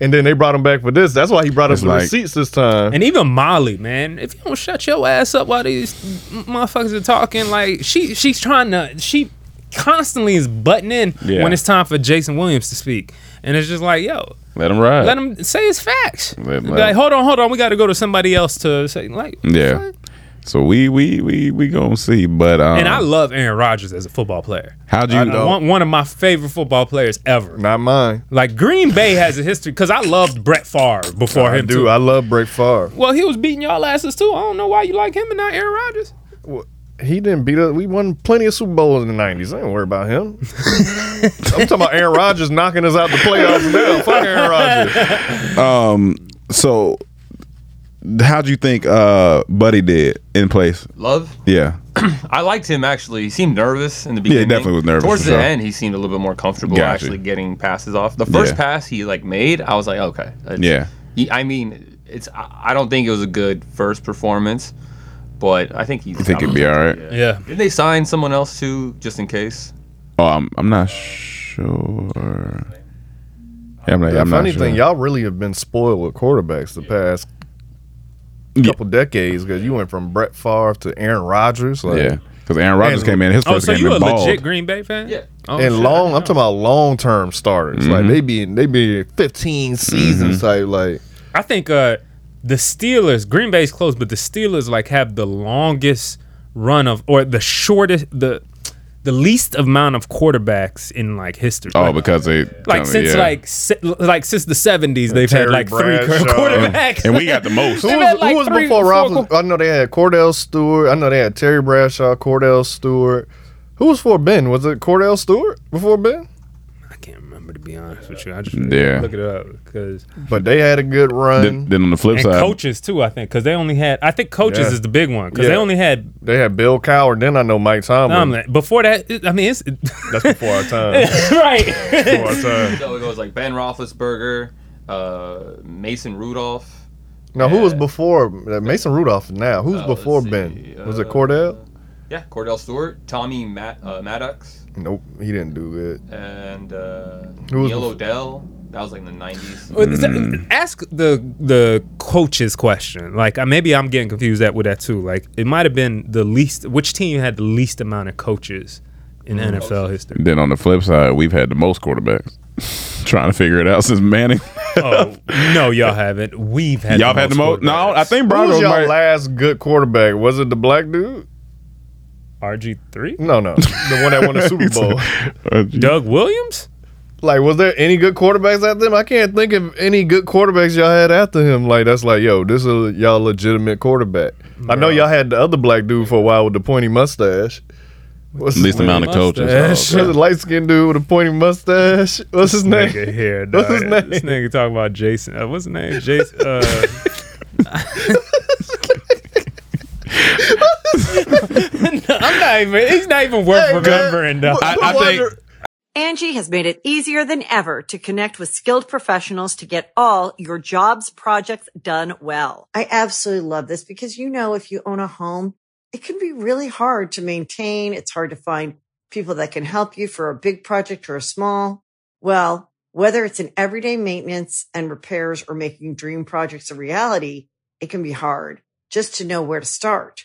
and then they brought him back for this. That's why he brought It's up the like- receipts this time. And even Molly, man, if you don't shut your ass up while these m- motherfuckers are talking, like she she's trying to she constantly is butting in Yeah. when it's time for Jason Williams to speak, and it's just like, yo, Let him ride. let him say his facts. Let- let- Like, hold on, hold on, we got to go to somebody else to say like. yeah. So we we we we gonna see, but um, and I love Aaron Rodgers as a football player. How'd you- I- I know. one, one of my favorite football players ever? Not mine. Like Green Bay has a history because I loved Brett Favre before I him. do. too. I love Brett Favre. Well, he was beating y'all asses too. I don't know why you like him and not Aaron Rodgers. He didn't beat us. We won plenty of Super Bowls in the nineties. I ain't worry about him. I'm talking about Aaron Rodgers knocking us out the playoffs now. Fuck Aaron Rodgers. um, so how'd you think uh Buddy did in place? Love? Yeah. I liked him actually. He seemed nervous in the Yeah, he beginning. definitely was nervous, Towards for the sure. end, he seemed a little bit more comfortable Gotcha. actually getting passes off. The first Yeah. pass he like made, I was like, okay. it's- Yeah. he- I mean, it's. I I don't think it was a good first performance, but I think he. You think it'd be all right? Yeah. Did they sign someone else too, just in case? Oh, I'm I'm not sure. Yeah, I'm not, The I'm funny not sure. thing, y'all really have been spoiled with quarterbacks the past couple decades because you went from Brett Favre to Aaron Rodgers. Like, yeah, because Aaron Rodgers came in. His Oh, first so game you a been bald. legit Green Bay fan? Yeah. Oh, and shit. long, I'm talking about long term starters. Like they be they be 15 mm-hmm. seasons type. Like I think uh, the Steelers, Green Bay's close, but the Steelers like have the longest run of, or the shortest, the the least amount of quarterbacks in like history. Oh, Like, because they like since yeah. like se- like since the seventies, they've Terry had like three Bradshaw. quarterbacks, And we got the most. Who They've was, had, like, who was three- before four Rob? I know they had Cordell Stewart. I know they had Terry Bradshaw, Cordell Stewart. Who was for Ben? Was it Cordell Stewart before Ben? To be honest with you, I just Yeah. look it up because But they had a good run. Then on the flip and side, coaches too. I think because they only had I think coaches Yeah. is the big one because Yeah. they only had They had Bill Cowher. Then I know Mike Tomlin. Tomlin. Before that, it- I mean it's That's before our time. right. so it goes like Ben Roethlisberger, uh, Mason Rudolph. Now, who was before uh, Mason Rudolph? Now, who's before Ben? was it Cordell? Yeah, Cordell Stewart, Tommy Matt, uh, Maddox, Nope, he didn't do good. and uh, Who was Neil bef- Odell. That was like in the nineties. Well, is that- Mm. Ask the the coaches question. Like I- maybe I'm getting confused that with that too. Like it might have been the least. Which team had the least amount of coaches in NFL history? then on the flip side, we've had the most quarterbacks. Trying to figure it out since Manning. Oh no, y'all haven't. We've had Y'all had the most. No, I think Who was Broncos y'all might. last good quarterback? Was it the black dude? RG three. No, no, the one that won the Super Bowl. Oh, Doug Williams. Like, was there any good quarterbacks after him? I can't think of any good quarterbacks y'all had after him. Like, that's like, yo, this is y'all legitimate quarterback. I know y'all had the other black dude for a while with the pointy mustache. What's his Least name? amount of coaches. Mustache. Oh, okay. Was a light skinned dude with a pointy mustache. What's his name? Nigga here. What's his dog. name? This nigga talking about Jason. Uh, what's his name? Jason. Uh, I'm not even. He's not even worth remembering. dog. uh, Angie has made it easier than ever to connect with skilled professionals to get all your jobs projects done well. I absolutely love this because, you know, if you own a home, it can be really hard to maintain. It's hard to find people that can help you for a big project or a small. Well, whether it's in everyday maintenance and repairs or making dream projects a reality, it can be hard just to know where to start.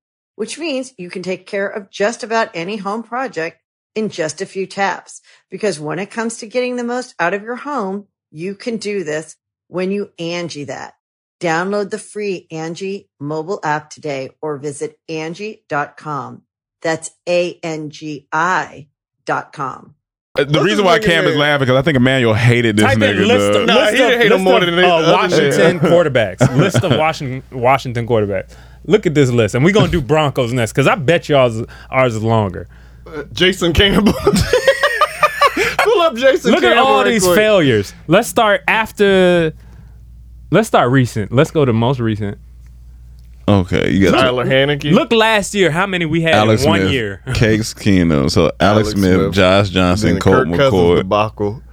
which means you can take care of just about any home project in just a few taps. Because when it comes to getting the most out of your home, You can do this when you Angie that. Download the free Angie mobile app today or visit Angie.com. That's A-N-G-I dot com. Uh, The reason why Cam is laughing because I think Emmanuel hated this nigga. dog. uh, Washington quarterbacks. list of Washington Washington quarterbacks. Look at this list, and we're gonna do Broncos next because I bet y'all's ours is longer. Uh, Jason Campbell. Pull up Jason. Look at Campbell all right these quick. failures. Let's start after. Let's start recent. Let's go to most recent. Okay, you got Tyler Haneke. Look last year, how many we had Alex in one Smith, year? Cakes Keno. So Alex, Smith, Smith, Josh Johnson, then Colt Kirk Cousins McCoy, debacle,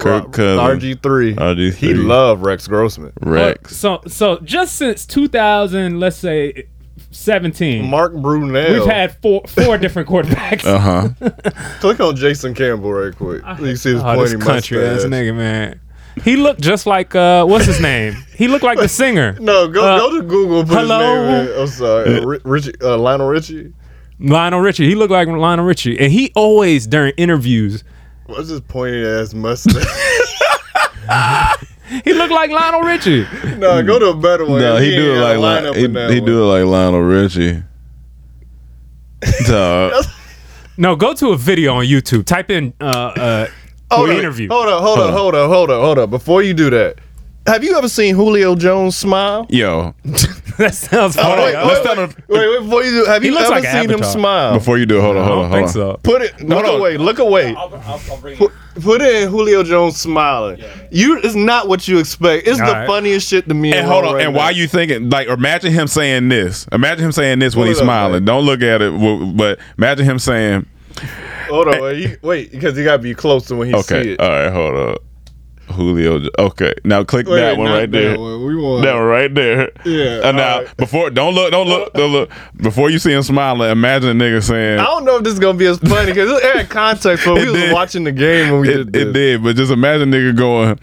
Kirk Cousins, RG3. RG3. He loved Rex Grossman. Rex. So so just since 2000, let's say 17. Mark Brunell. We've had four four different quarterbacks. huh. Click on Jason Campbell right quick. You see his Oh, this pointy country ass mustache. nigga, man. He looked just like uh, what's his name? He looked like the singer. No, go Uh, go to Google. and Put hello? His name in. I'm sorry, Ri- Richie, uh, Lionel Richie. Lionel Richie. He looked like Lionel Richie, and he always during interviews What's his pointy ass mustache? he looked like Lionel Richie. no, go to a better one. No, he, do ain't it got like a Lion- lineup he, in that he one. do it like Lionel Richie. Dog. No, go to a video on YouTube. Type in uh, uh, Hold up, interview. Hold up, hold up, hold up, hold up, hold up. Before you do that, have you ever seen Julio Jones smile? Yo, that sounds funny. Oh, wait, wait, wait, wait, wait, before you do, have He you looks ever like an seen him avatar. smile? Before you do, hold on, hold on, I hold on. don't think Put it. look away. Look away. put, put in Julio Jones smiling. You is not what you expect. It's the Alright. funniest shit to me. And hold on, and why you thinking like? Imagine him saying this. Imagine him saying this when Pull he's it up, smiling. Don't look at it, w- but imagine him saying, Hold on. Wait, you- wait, because you gotta be close to when he see "Okay, it. all right, hold up." Julio. J- Okay, now click Wait, that one not right that there. one. We want- that one right there. Yeah, And now, before don't look, don't look, don't look. Before you see him smiling, imagine a nigga saying, I don't know if this is gonna be as funny because it had context, but we was watching the game when we it, did this. it did, but just imagine nigga going.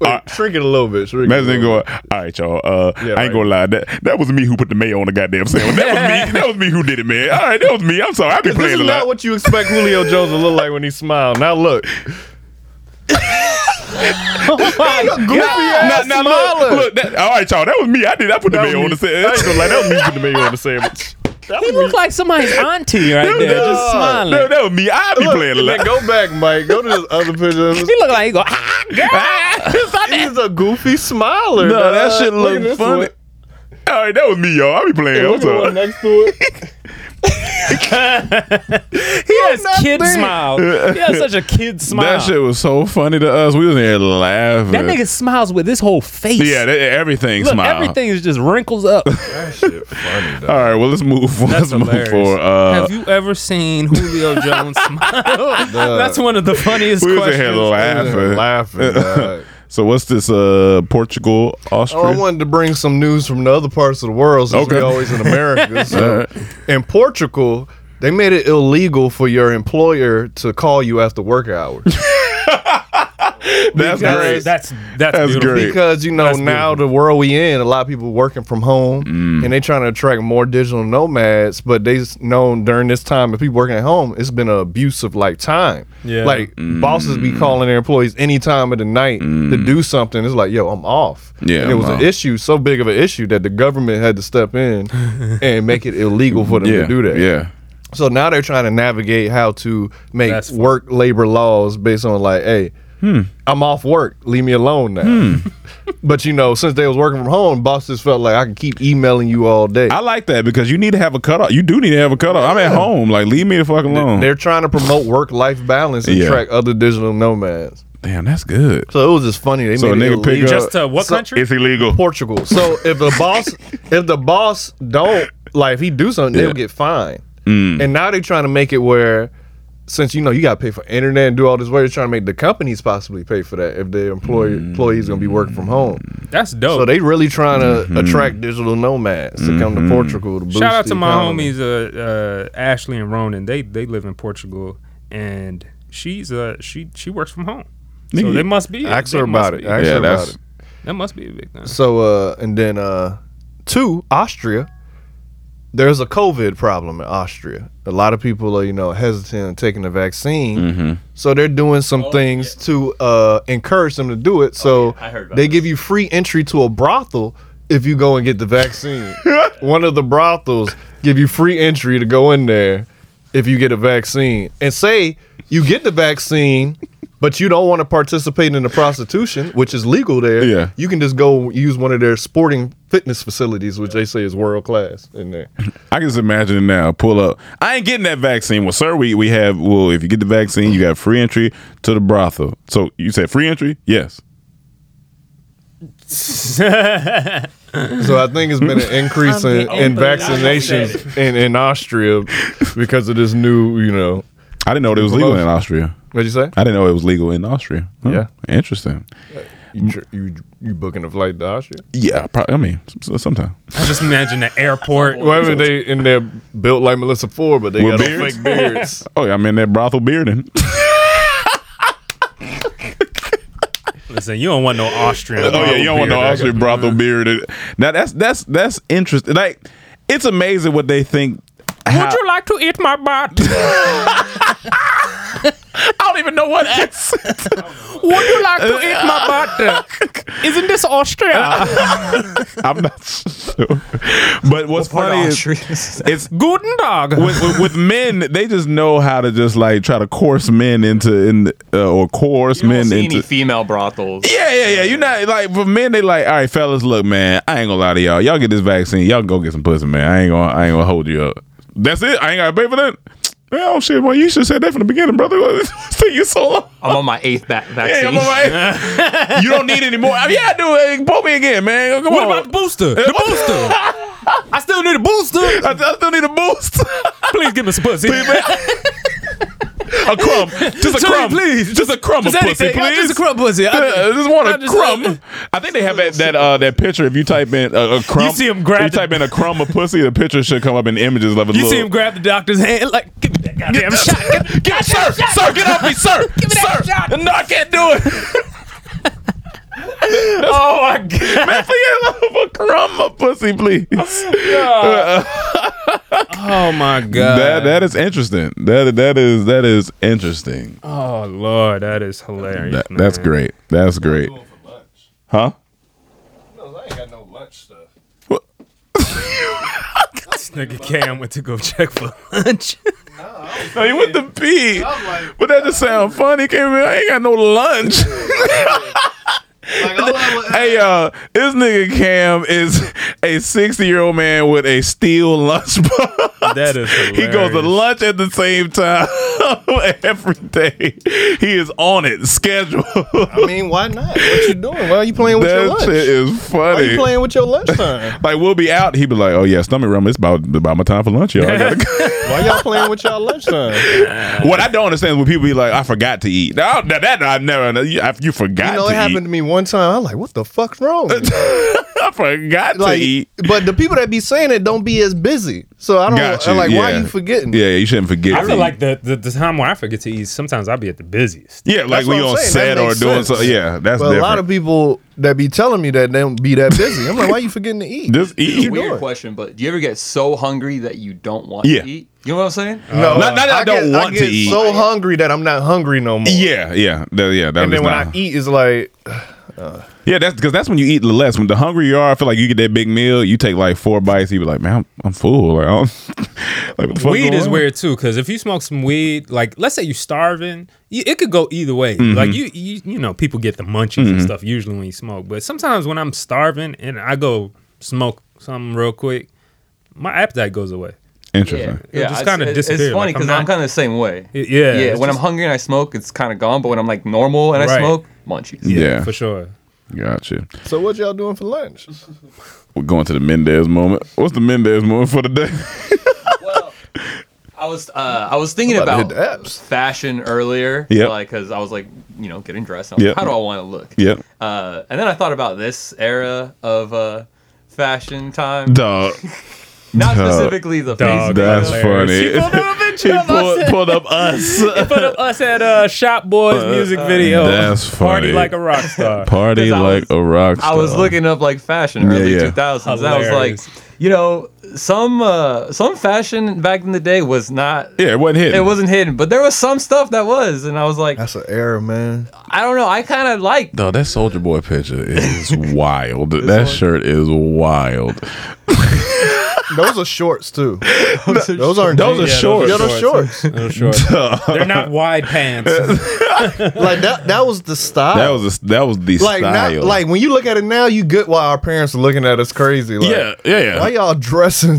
Wait, shrink it a little bit. Shrink it a Imagine nigga little going, all right, y'all. Uh, I ain't right. gonna lie, that that was me who put the mayo on the goddamn sandwich. That was me. that was me who did it, man. All right, that was me. I'm sorry. I be This playing is a lot. not what you expect Julio Jones to look like when he smiled. Now look. goofy ass Now- now look, smiler. look, that- all right, y'all. That was me. I did. I put the mayo on the sandwich. I ain't gonna lie. That was me put the mayo on the sandwich. He looked like somebody's auntie right there, just smiling. That, that was me. I be Look, playing a man, lot. Go back, Mike. Go to this other picture. he looked like he go. He's a goofy smiler. No, that dog. shit Look at look this funny. one. All right, that was me, y'all. I be playing. I'm Look at the sorry. one next to it. He has kid smile. He has such a kid smile. That shit was so funny to us. We was in there laughing. That nigga smiles with his whole face. Yeah, that, everything Look, smile. Uh, everything is just wrinkles up. All right, well let's move. let's move hilarious. forward. Uh, Have you ever seen Julio Jones smile? Duh. That's one of the funniest we was in questions. here laughing, dog. so what's this? Uh, Portugal, Austria. Oh, I wanted to bring some news from the other parts of the world since Okay. we're always in America. All So. right. In Portugal, they made it illegal for your employer to call you after work hours. That's Because- great. That's that's, beautiful. Because you know now the world we in, a lot of people working from home, Mm. and they trying to attract more digital nomads. But they s- known during this time, if people working at home, it's been an abuse of like time. Yeah. like Mm. bosses be calling their employees any time of the night to do something. It's like, yo, I'm off. Yeah, and it I'm was off. an issue so big of an issue that the government had to step in and make it illegal for them yeah, to do that. Yeah. So now they're trying to navigate how to make That's fu- work labor laws based on like, hey, I'm off work, leave me alone now. but you know, since they was working from home, bosses felt like I can keep emailing you all day. I like that because you need to have a cutoff. You do need to have a cutoff. I'm at home. Like, leave me the fuck alone. They're trying to promote work life balance and Yeah. track other digital nomads. Damn, that's good. So it was just funny. They So a made it nigga pick illegal. up. So- It's illegal. Portugal. So if the boss, if the boss don't like, if he do something, Yeah. they'll get fined. Mm. And now they're trying to make it where, since you know you got to pay for internet and do all this work, they're trying to make the companies possibly pay for that if their employee employees gonna be working from home. That's dope. So they really trying to attract digital nomads to come to Portugal to boost Shout out the to my economy. homies, uh, uh, Ashley and Ronan. They they live in Portugal, and she's uh she she works from home, so Nigga, they must be. ask they her must about it. be- Ask Yeah, her about that's- it. That must be a big thing. So uh, and then uh, two Austria, there's a COVID problem in Austria. A lot of people are, you know, hesitant in taking the vaccine. Mhm. So they're doing Oh, some things to uh, encourage them to do it. So I heard about they give you free entry to a brothel if you go and get the vaccine. One of the brothels give you free entry to go in there if you get a vaccine. And say you get the vaccine, but you don't want to participate in the prostitution, which is legal there. Yeah. You can just go use one of their sporting fitness facilities, which they say is world class in there. I can just imagine it now. Pull up. I ain't getting that vaccine. Well, sir, we, we have. Well, if you get the vaccine, you got free entry to the brothel. So you said free entry? Yes. So I think it's been an increase in, in vaccinations in, in Austria because of this new, you know. I didn't know it was legal in Austria. What'd you say? I didn't know it was legal in Austria. Huh. Yeah. Interesting. You, tr- you, you booking a flight to Austria? Yeah. Probably, I mean, s- sometime. I just imagine the airport. Why were they in there built like Melissa Ford, but they With got on fake beards? oh, yeah, I'm in that brothel bearding. Listen, you don't want no Austrian. oh yeah, you don't want no beard. Austrian brothel beard. Now that's that's that's interesting. Like it's amazing what they think. how- Would you like to eat my butt? I don't even know what accent. Would you like to eat my butt? Isn't this Austria? I'm not sure. But what's funny is it's Guten Tag. With, with, with men, they just know how to just like try to coerce men into in uh, or coerce men see into. any female brothels. yeah, yeah, yeah. You're not like for men. They like, all right, fellas, look, man. I ain't gonna lie to y'all. Y'all get this vaccine. Y'all go get some pussy, man. I ain't gonna. I ain't gonna hold you up. That's it. I ain't gotta pay for that. Man, oh shit, well you should have said that from the beginning, brother. It's taking you so long. I'm on my eighth back vaccine. Yeah, I'm all right. you don't need any more. I mean, yeah, I do. Hey, Pull me again, man. Come What on. about the booster? The booster. I still need a booster. I, I still need a boost. Please give me some pussy. a crumb. Just a Tony, crumb. please. Just a crumb Just of pussy, anything. I please. just a crumb pussy. I- yeah, I just want I a just- crumb. I think they have that that, uh, that picture. If you type in a, a crumb, You see 'em grab if the- You type in a crumb of pussy. The picture should come up in images of a You little. see him grab the doctor's hand like, give me that goddamn shot. Give, get, sir, sir, get off me, sir, give me that shot. No, I can't do it. oh my god! Man, please, a crumb of pussy, please. oh my god! That that is interesting. That that is that is interesting. Oh lord, that is hilarious. That, that's man. great. That's great. Huh? This nigga Cam went to go check for lunch. No, you went to pee. But that just sound funny. Came in, I ain't got no lunch. hey, uh, this nigga Cam is a 60 year old man with a steel lunchbox. That is He goes to lunch at the same time every day. He is on it, schedule. I mean, why not? What you doing? Why are you playing with your that lunch? shit is Why funny. you playing with your lunchtime? like we'll be out, he'd be like, "Oh yeah, stomach rumble. It's about about my time for lunch, y'all. I gotta go." Why y'all playing with y'all lunchtime? what I don't understand is when people be like, "I forgot to eat." No, that, that I never. You, I- you forgot. You know, to it happened Eat. to me one time. I'm like, what the fuck's wrong? I forgot like, to eat. but the people that be saying it don't be as busy. So I don't. Got I'm you, like, why yeah. are you forgetting? Yeah, you shouldn't forget. I to feel eat. like the, the the time where I forget to eat, sometimes I be at the busiest. yeah, like That's we what I'm on saying. set That or makes doing sense. something. Yeah, that's but different. a lot of people that be telling me that they don't be that busy. I'm like, why you forgetting to eat? Just This is a eat. weird question, but do you ever get so hungry that you don't want Yeah. to eat? You know what I'm saying? No, Not- not that I don't get, want I to get eat. So hungry that I'm not hungry no more. Yeah, yeah, that, yeah. That and was then when not- I eat, it's like, yeah, that's because that's when you eat the less. When the hungry you are, I feel like you get that big meal. You take like four bites. You be like, man, I'm, I'm full. Like, I don't, like what the fuck weed going is on? weird too, because if you smoke some weed, like let's say you're starving, you, it could go either way. Mhm. Like you, you, you know, people get the munchies and Mhm. stuff usually when you smoke, but sometimes when I'm starving and I go smoke something real quick, my appetite goes away. Interesting. It'll Yeah, just it's- kind of it- disappear. It's funny like, because not- I'm kind of the same way. Y- yeah, yeah. it's When I'm just- hungry and I smoke, it's kind of gone. But when I'm like normal and I Right. smoke, munchies. Yeah, for sure. Gotcha. so what y'all doing for lunch? We're going to the Mendez moment. What's the Mendez moment for today? I was uh, I was thinking Somebody about fashion earlier, Yep. like because I was like you know getting dressed. and I was Yep. like, How do I want to look? Yep. Uh, and then I thought about this era of uh, fashion time. Dog. Not Dog. specifically the Facebook. Dog, that's She funny. pulled up a picture of pulled- us. pulled up us. She pulled up us at uh, Shop Boys Uh, music video. that's funny. Party like a rock star. Party like a rock star. I was looking up like fashion early Yeah, yeah. 2000s. I was like, Hilarious. you know, some uh, some fashion back in the day was not. Yeah, it wasn't hidden. It wasn't hidden, but there was some stuff that was, and I was like, that's an error, man. I don't know. I kind of like. No, that Soldier Boy picture is wild. that shirt is wild. Those are shorts too. those, aren't. Those are jeans. shorts. Yeah, those shorts. Those shorts. They're not wide pants. like that. That was the style. That was a, that was the like now- style. like when you look at it now, you good. Why our parents are looking at us crazy? Like, Yeah, yeah, yeah. Why y'all dressing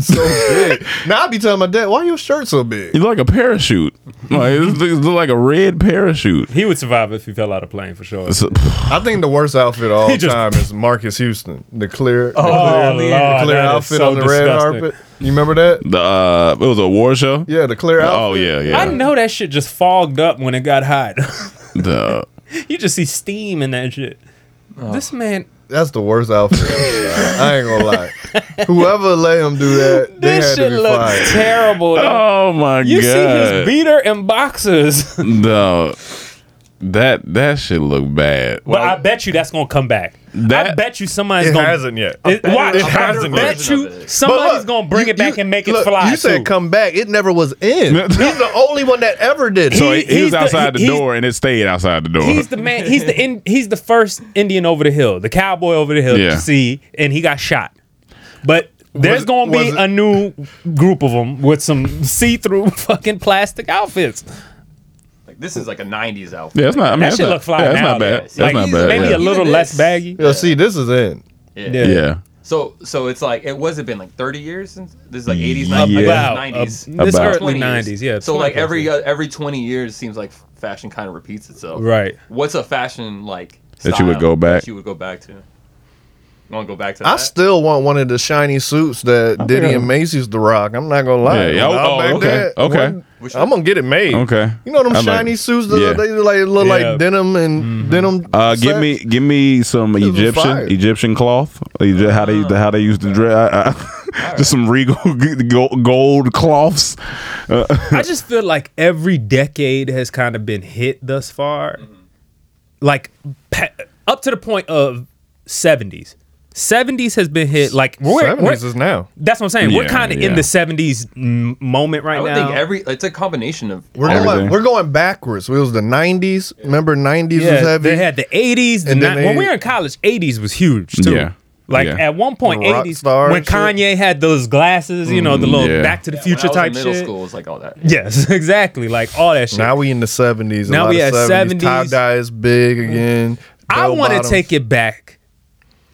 so big? now I be telling my dad, why your shirt so big? He's like a parachute. Like it's, it's like a red parachute. He would survive if he fell out of plane for sure. I think the worst outfit of all He just- time is Marcus Houston, the clear, the Oh, clear, Lord, the clear that is outfit so on the red disgusting. carpet. You remember that? The uh, it was a war show. Yeah, the clear Oh yeah, yeah. I know that shit just fogged up when it got hot. The you just see steam in that shit. Oh. This man, That's the worst outfit. I ain't gonna lie. Whoever let him do that, they this had to shit be looks fired. terrible. Oh my you see God. his beater and boxers. no, that that shit look bad. But I bet you that's gonna come back. I bet you somebody's It gonna hasn't yet. It, I bet watch, it I hasn't bet yet. you somebody's gonna bring it back and make it fly. You said too. come back. It never was in. He's the only one that ever did. it. So he, he was outside the, he's- door and it stayed outside the door. He's the man. He's the in, he's the first Indian over the hill, the cowboy over the hill. that Yeah. You see, and he got shot. But there's Was- gonna be was it- a new group of them with some see-through fucking plastic outfits. Like this is like a '90s outfit. Yeah, it's not. I mean, that that's shit not- look fly yeah, that's now. not bad. though. That's Like, not bad, Maybe yeah. a little Even less this- baggy. Yeah, see, this is in. Yeah. Yeah. So so it's like it was it been like 30 years since this is like 80s, Yeah. 90s, About- 90s. uh, this About. early 20 years. 90s, yeah, So like 20 every uh, every 20 years seems like fashion kind of repeats itself. Right. What's a fashion like That you would style go back? That you would go back to. You want to go back to I that? still want one of the shiny suits that Diddy yeah. and Macy's the rock. I'm not gonna lie. Yeah, yeah. When I Oh, back okay, that, okay. one- I'm gonna get it made. Okay. You know them I like shiny it. suits that Yeah. they look like look Yeah. like denim and Mm-hmm. denim. Uh, give me give me some This is fire. Egyptian Egyptian cloth. Egy- How they how Uh-huh. they used to dress. I- I- just some regal g- gold, gold cloths. Uh, I just feel like every decade has kind of been hit thus far. Mm-hmm. Like pa- up to the point of 70s. 70s has been hit like we're, 70s we're- is now. That's what I'm saying. we're Yeah, kind of in yeah. the 70s m- moment right I would now. think every it's a combination of We're going, we're going backwards. It was the '90s. Remember '90s was yeah, heavy. they had the 80s, the And then ni- when they- we were in college, 80s was huge too. Yeah. Like Yeah. at one point, The rock 80s star when and shit. Kanye had those glasses, you know, the Mm, little yeah. Back to the Yeah, when Future I was in type middle shit. school, it was like all that. Yes, exactly. Like all that shit. Now we in the '70s. Now we at 70s. Tie dye is big again. I Bell want to bottoms. take it back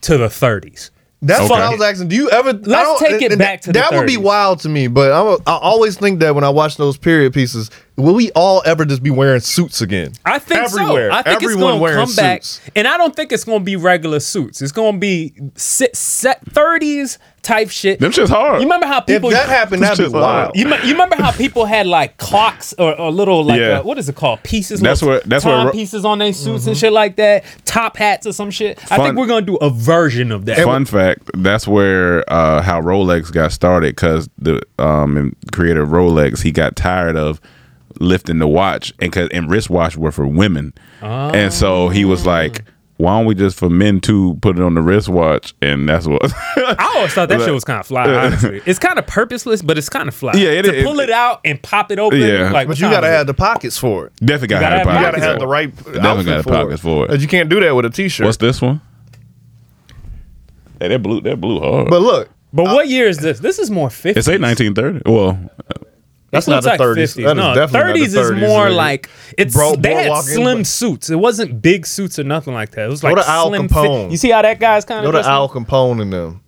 to the 30s. That's Fuck what I it. was asking. Do you ever? I Let's don't- take it and back to the that would be 30s. wild to me. But I'm a, I always think that when I watch those period pieces, will we all ever just be wearing suits again? I think Everywhere. so. I think Everyone it's going wearing to come back, suits. and I don't think it's going to be regular suits. It's going to be set, set 30s type shit. Them shit's hard. You remember how If people that happened, that'd be Shit's hard. wild. You, me- you remember how people had like clocks or, or little like Yeah. uh, what is it called pieces? That's little where- that's where time Ro- Mm-hmm. pieces on their suits and shit like that. Top hats or some shit. I Fun- think we're gonna do a version of that. Fun fact: That's where uh, how Rolex got started because the um, creator of Rolex he got tired of lifting the watch and cause, and wristwatch were for women, and so he was like, "Why don't we just for men too put it on the wristwatch?" And that's what. I always thought that Like- shit was kind of fly. Honestly, it's kind of purposeless, but it's kind of fly. Yeah, it to is. pull it out and pop it open. Yeah. like, but what you time gotta is it? have the pockets for it. Definitely got gotta to have have- you pockets. gotta have for the it. right Definitely outfit got to have for it. pockets for it. You can't do that with a t-shirt. What's this one? Hey, that blew that blew hard. But look, But what year is this? This is more 50s. it's a 1930. Well, This looks like 50s. no, 30s is more like it's Bro- they had boardwalking, slim but- suits. It wasn't big suits or nothing like that. It was Go like to Al slim Capone. Fit. You see how that guy's kind Go of to Al Capone and them.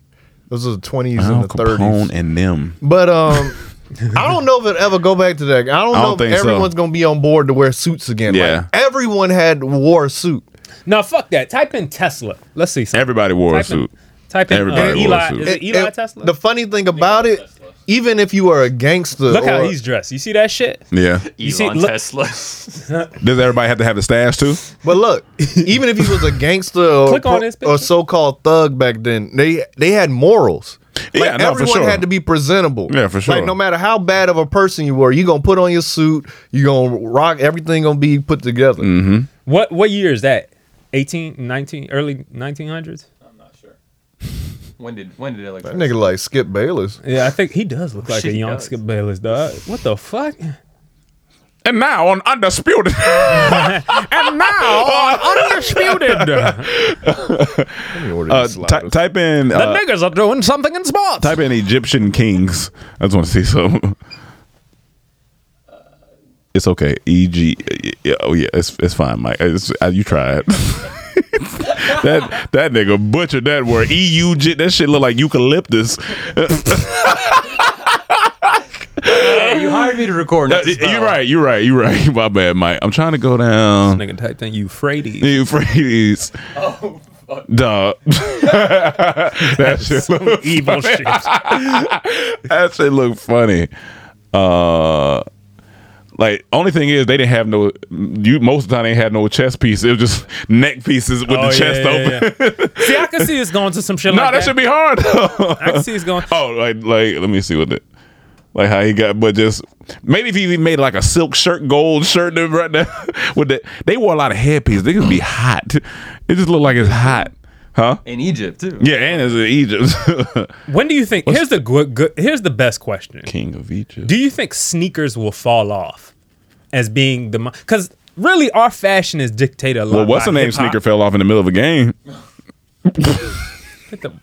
Those are the 20s Al and the 30s. Capone and them. But um, I don't know if it ever go back to that. I don't I know don't think if so. everyone's gonna be on board to wear suits again. Yeah. Like, everyone had wore a suit. No, fuck that. Type in Tesla. Let's see. Everybody wore a Type in- suit. type in, uh, Everybody wore a Eli- suit. is it Eli Tesla? The funny thing about it, even if you are a gangster, Look how or- he's dressed. You see that shit? Yeah. You see, Elon look- Tesla. Does everybody have to have a stash too? But look, even if he was a gangster or, Click on his or so-called thug back then, they they had morals. Like, Yeah, no, for everyone sure. had to be presentable. Yeah, for sure. Like no matter how bad of a person you were, you gonna put on your suit. You gonna rock. Everything gonna be put together. Mm-hmm. What what year is that? 18, 19, early 1900s? When did when did it like That nigga like Skip Bayless. Yeah, I think Oh, he does look like a She young does. Skip Bayless, dog. What the fuck? And now on Undisputed. and now on Undisputed. Uh, ty- type in the uh, niggas are doing something in sports. type in Egyptian kings. I just want to see some. It's okay. E G. yeah, Oh yeah, it's it's fine, Mike. It's, uh, you try it. that that nigga butchered that word. E U G. That shit look like eucalyptus. you hired me to record. Uh, you're right. You're right. You're right. My bad, Mike. I'm trying to go down. This nigga typed in Euphrates. Euphrates. Oh, fuck. Duh. that shit Some look evil funny. shit. that shit look funny. Uh, like only thing is they didn't have no. You most of the time they had no chest piece. It was just neck pieces with Oh, the yeah, chest yeah, open. yeah. see, I can see it's going to some shit No, like that that. should be hard. I can see it's going. Oh, like like let me see what the like how he got, but just maybe if he even made like a silk shirt, gold shirt then right now with the they wore a lot of headpieces. They could be hot. It just looked like it's hot, huh? In Egypt too. Yeah, and it's in Egypt. When do you think? Here's the good, good. Here's the best question. King of Egypt. Do you think sneakers will fall off as being the? Because really, our fashion is dictated a lot. well, what's by the name? hip-hop. Sneaker fell off in the middle of a game. Get the-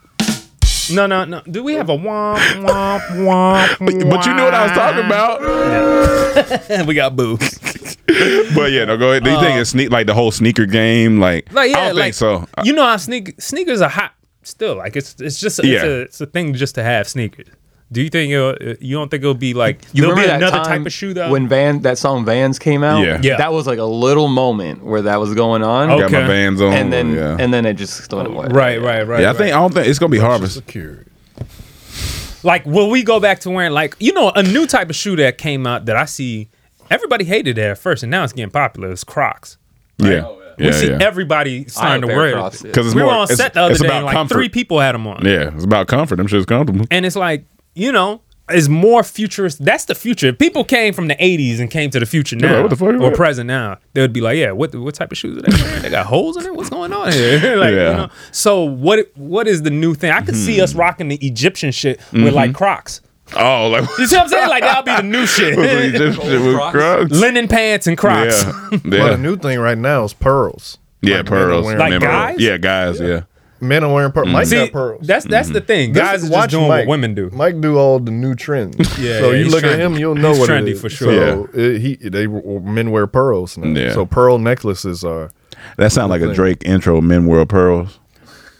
No, no, no. Do we have a womp womp womp? But you knew what I was talking about. we got boo. but yeah, no, go ahead. Do you think it's sneak like the whole sneaker game? Like, Like yeah, I don't think like so. you know how sneak sneakers are hot still. Like it's it's just it's, Yeah. a, it's a thing just to have sneakers. Do you think it'll, you don't think it'll be like You there'll be remember that another time type of shoe though? when Van that song Vans came out? Yeah. Yeah. That was like a little moment where that was going on. Got my Okay. Vans on, And then yeah. and then it just went away. right, right, right. yeah, I right. think I don't think it's gonna be harvest. Like, will we go back to wearing like you know a new type of shoe that came out that I see everybody hated it at first, and now it's getting popular. It's Crocs. Yeah, We yeah, see yeah. everybody starting to pair of wear Crocs, it. yeah. 'Cause it's we were more- on it's- set the other it's day, about and like comfort. three people had them on, Yeah, it's about comfort. I'm sure it's comfortable. and it's like you know. Is more futurist. That's the future. If people came from the '80s and came to the future They're now, like, "What the fuck is or that?" present now, they would be like, "Yeah, what what type of shoes are they wearing? They got holes in it. What's going on here?" like, Yeah. Hmm. you know. So what what is the new thing? I could see us rocking the Egyptian shit with like Mhm. Crocs. Oh, like You see what I'm saying? Like that'll be the new shit. With the Egyptian shit with Crocs. Crocs. Linen pants and Crocs. Yeah. But the new thing right now is pearls. yeah, Like men are pearls. Mm. wearing Men pearls. are- Yeah, guys. Yeah. Men are wearing pearls. Mike See, got pearls. that's- that's Mm-hmm. the thing. Guys Just is just watch doing what women do. Mike do all the new trends. Yeah, So yeah, you he's look trendy. at him, you'll know He's what it trendy is. for sure. So it- he they men wear pearls now. Yeah. So pearl necklaces are. That sounds like a thing. Drake intro. Men wear pearls.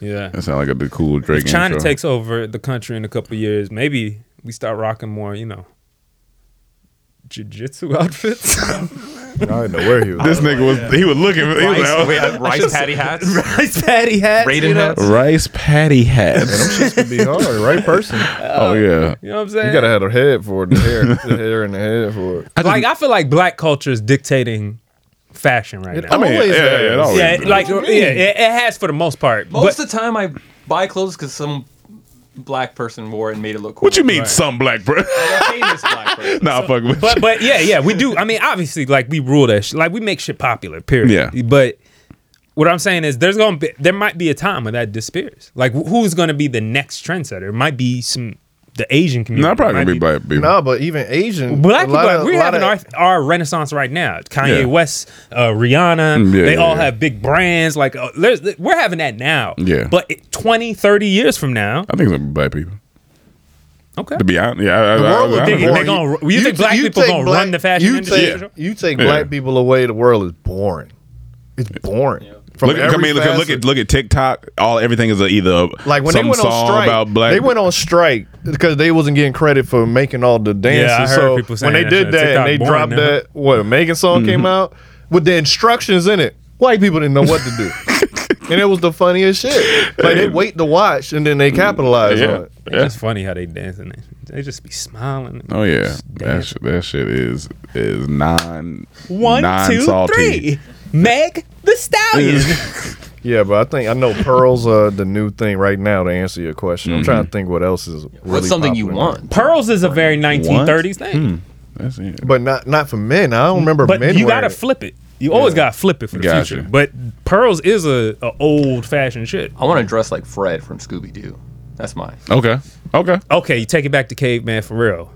Yeah. That sounds like a big cool Drake If China intro. takes over the country in a couple years, maybe we start rocking more, you know, jiu-jitsu outfits. I didn't know where he was. this nigga was he was looking. He was Rice, out. we had rice patty hats. rice patty hats. Raiden you know? hats. Rice patty hats. This could be hard, right person. oh yeah. You know what I'm saying? You gotta have a head for it, the hair, the hair and the head for it. like I feel like black culture is dictating fashion right It now. always I mean, yeah, has. yeah, it always yeah, does. like yeah, What do you mean? it, it has for the most part. Most but of the time I buy clothes because some black person wore it and made it look cool. What you mean, some black person? famous black person. nah, fuck with but but yeah, yeah, we do. I mean, obviously, like we rule that shit. Like we make shit popular. Period. Yeah. But what I'm saying is, there's gonna be there might be a time when that disappears. Like wh- who's gonna be the next trendsetter? It might be some the Asian community. Nah, probably Might gonna be black people. No, but even Asian Black a people, lot are- of- we're a lot having of- our, our renaissance right now. Kanye Yeah. West, uh, Rihanna, Mm, yeah, they yeah, all yeah. have big brands. Like uh, there's, we're having that now. Yeah. But it, 20, 30 years from now, I think it's gonna be black people. Okay. Uh, To be honest, yeah. I, I, The I, I, world would be They- they boring. gonna- you think black people take gonna run the fashion you industry? Take, Yeah. You take Yeah. black people away, the world is boring. It's boring. From look, at- I every mean, look, at- look facet. at look at TikTok. All everything is a, either like when they some went song on strike. about black. They went on strike because they wasn't getting credit for making all the dances. Yeah, I heard so people saying when they that did shit. that, TikTok and they boring Mm-hmm. dropped now. that what Megan song came out with the instructions in it. White people didn't know what to do, and it was the funniest shit. Like they wait to watch and then Mm-hmm. they capitalize on it. It's just funny how they dance and they, they just be smiling. Oh yeah, that shit, that shit is is non One, two, non-salty. three. Meg the Stallion. Yeah, but I think I know pearls are the new thing right now. To answer your question, I'm Mm-hmm. trying to think what else is. Really popular. Pearls is a very 1930s Want? Hmm. thing. That's it. But not not for men. I don't remember But men. you gotta wearing it. flip it. You always gotta flip it for the Gotcha. future. But pearls is a, a old fashioned shit. I want to dress like Fred from Scooby Doo. That's mine. Okay. Okay. Okay, you take it back to caveman for real.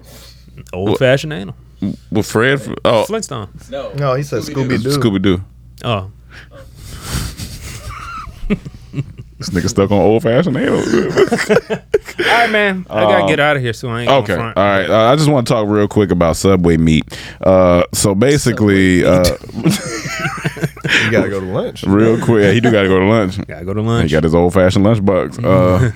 Old fashioned anal. Well, Fred. Oh, Flintstone. No. No, he said Scooby Doo. Scooby Doo. Oh. This nigga stuck on old fashioned anal. All right, man. I gotta Uh, Um, get out of here, so I ain't okay. Gonna All front. right. Uh, I just want to talk real quick about Subway meat. Uh, so basically, uh, You gotta go to lunch. real quick, yeah, he do gotta go to lunch. gotta go to lunch. He got his old fashioned lunch box. Uh,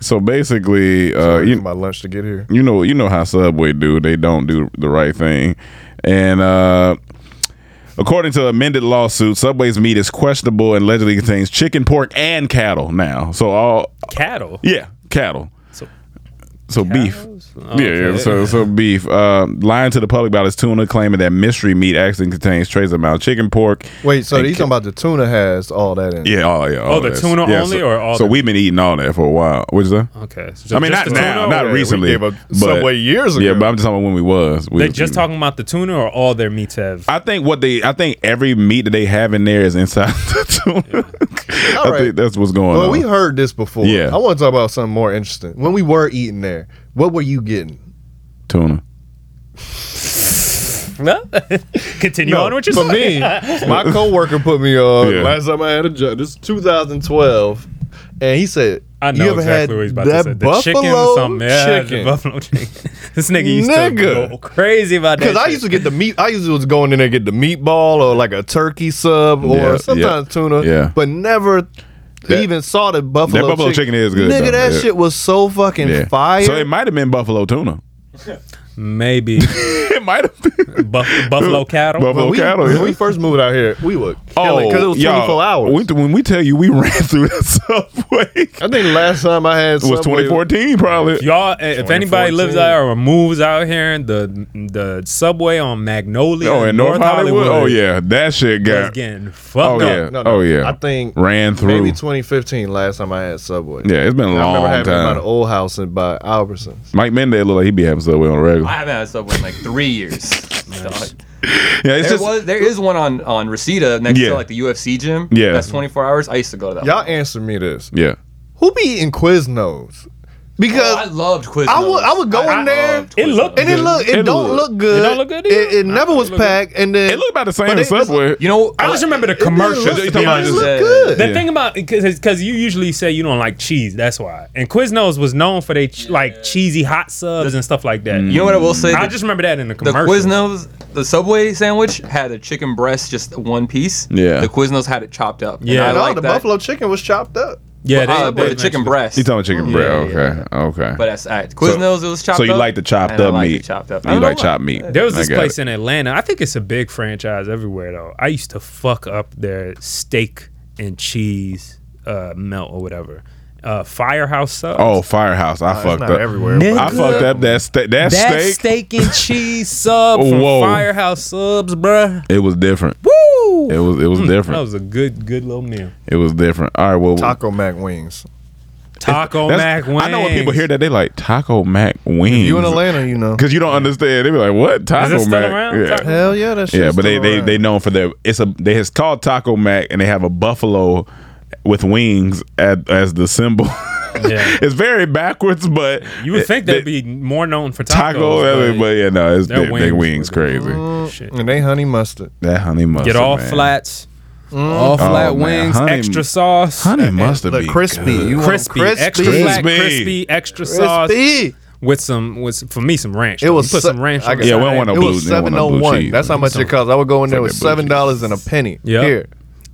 so basically, uh, you, my lunch to get here. You know, you know how Subway do. They don't do the right thing, and. Uh, According to amended lawsuit, Subway's meat is questionable and allegedly contains chicken, pork, and cattle. Now, so all Cattle. yeah, cattle. So, beef. yeah, yeah, Oh, okay. so so beef. Uh, lying to the public about his tuna, claiming that mystery meat actually contains trace amount of chicken, pork. Wait, so and he's ca- talking about the tuna has all that in it. yeah, all yeah. All Oh, the this. tuna Yeah, only so, or all So the- we've been eating all that for a while. What's that? Okay. I mean, Oh, just not the now, tuna? not recently. but, Subway years Yeah, ago. but I'm just talking about when we was. We They was just talking about the tuna or all their meats have. I think what they, I think every meat that they have in there is inside the tuna. I think that's what's going Well, on. we heard this before. Yeah. I want to talk about something more interesting. When we were eating there, what were you getting? tuna. No. Continue on with your for me, my coworker put me on Yeah. last time I had a job. This is 2012, and he said, I know you ever exactly had what he's about that to say. The buffalo chicken or something. Yeah, the chicken?" buffalo chicken. This nigga used Nigga. to go crazy about that. Because I used to get the meat. I usually was going in there and get the meatball or like a turkey sub or Yeah, sometimes yeah, tuna. yeah. But never even saw the buffalo. that buffalo chicken is good, Nigga, though. that Yeah. shit was so fucking Yeah. fire. So it might have been buffalo tuna. Maybe it might have been buffalo cattle. Buffalo when we, cattle. When yeah. Oh, we first moved out here, we were killing because it was y'all, 24 hours. we- when we tell you we ran through that subway, I think last time I had It was Subway 2014 probably. Y'all, Oh, eh, if anybody lives out or moves out here, the the subway on Magnolia. oh, in North, Hollywood? Oh yeah, that shit was got. getting fucked Oh up. yeah, oh yeah. I think ran through. maybe 2015. Last time I had Subway. Yeah, it's been a I remember long having it by time. the old house and by Albertson. Mike Mendez look like he be having subway on the regular. I haven't had Subway in like three years. Dog. Yeah, it's there just- was there is one on on Reseda next Yeah. to like the UFC gym. Yeah. that's 24 hours. I used to go to that. Y'all answer me this. Yeah. Who be eating Quiznos? Because I loved Quiznos. I would I uh, would go in there. It looked and it look it, don't look good. It don't look good It, it never was packed, and then it looked about the same as Subway. You know, I just remember the commercials. It, to be honest. looked good. The thing about because because you usually say you don't like cheese, that's why. And Quiznos was known for their ch- like cheesy hot subs and stuff like that. Mm. You know what I will say? I The- just remember that in the The commercial. Quiznos, the Subway sandwich had a chicken breast, just one piece. Yeah. The Quiznos had it chopped up. and Yeah, I no, like the that. buffalo chicken was chopped up. Yeah, they- Uh, they but the mentioned chicken it. breast. You talking about chicken Yeah, breast? yeah, okay, okay. But that's all right. Quiznos, it was chopped So you up, like the chopped and I up like the meat? chopped up. I You don't like know chopped why. meat? There was this I got place it. in Atlanta. I think it's a big franchise everywhere though. I used to fuck up their steak and cheese uh, melt or whatever. Uh, Firehouse subs. Oh, Firehouse! I it's fucked not up. everywhere, but- I Nigga. fucked up that steak. That, steak. and cheese sub from Whoa. Firehouse Subs, bruh. It was different. Woo! It was it was Mm, different. That was a good good little meal. It was different. All right, well, Taco Mac wings. Taco Mac That's- wings. I know when people hear that, they like Taco Mac wings. You in Atlanta, you know. because you don't understand. They be like, "What Taco it still Mac?" around? Yeah. Taco- Hell yeah, that shit's Yeah, but they still they around. they known for their it's a they it's called Taco Mac and they have a buffalo with wings at, as the symbol. Yeah. it's very backwards, but You would think they'd be more known for tacos. Taco, but- but yeah, no, it's their they, they wings wings crazy. And they honey mustard. That honey mustard. Get all man. flats, all Oh, flat man, wings, honey- extra sauce. Honey mustard be good. You want crispy, crispy. extra flat, Crispy. crispy, extra sauce. Crispy. With some, with some, for me, some ranch. It was put se- some ranch. I on got- the Yeah, we side. don't want no It blue- was we don't want seven no oh blue one. cheese. That's how much it cost. I would go in there Fuck with that blue seven dollars and a penny. Yeah. Here,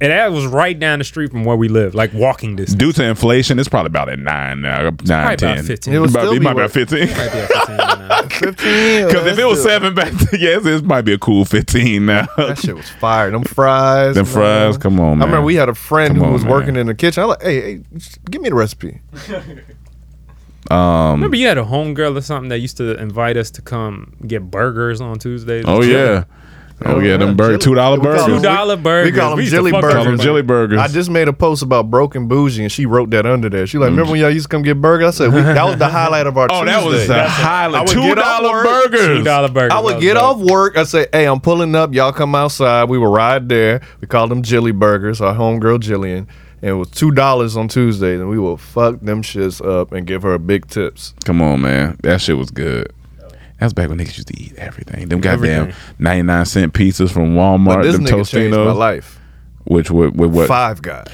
And that was right down the street from where we live, like walking distance. Due to inflation, it's probably about at nine now, nine probably about ten. 15. It would About- still it be might be about worth- fifteen. fifteen. Because if it was seven back, then, yes, it might be a cool fifteen now. That shit was fire. Them fries. Them fries, come on, I remember man. we had a friend Come who on, was man. working in the kitchen. I like, hey, hey, sh- give me the recipe. Um, Remember, you had a homegirl or something that used to invite us to come get burgers on Tuesdays. oh yeah, oh yeah, them burger two dollar Uh, We call burgers, them- $2 we- burgers. We call We them used to jelly fuck burgers. Call them jelly burgers. I just made a post about broken bougie, and she wrote that under there. She like, remember when y'all used to come get burgers? I said we, that was the highlight of our. Mm. Oh, that was Tuesday. the That's it. highlight. I would get off $2 work- burgers. $2 burgers. I That would was get dope. off work. I say, hey, I'm pulling up. Y'all come outside. We would ride there. We called them jelly burgers. Our homegirl Jillian. and it was two dollars on Tuesdays, and we will fuck them shits up and give her big tips. Come on, man. That shit was good. That was back when niggas used to eat everything. Them goddamn Everything. 99 cent pizzas from Walmart. But this them nigga changed my Tostinos. life. Which, with, with what? Five guys.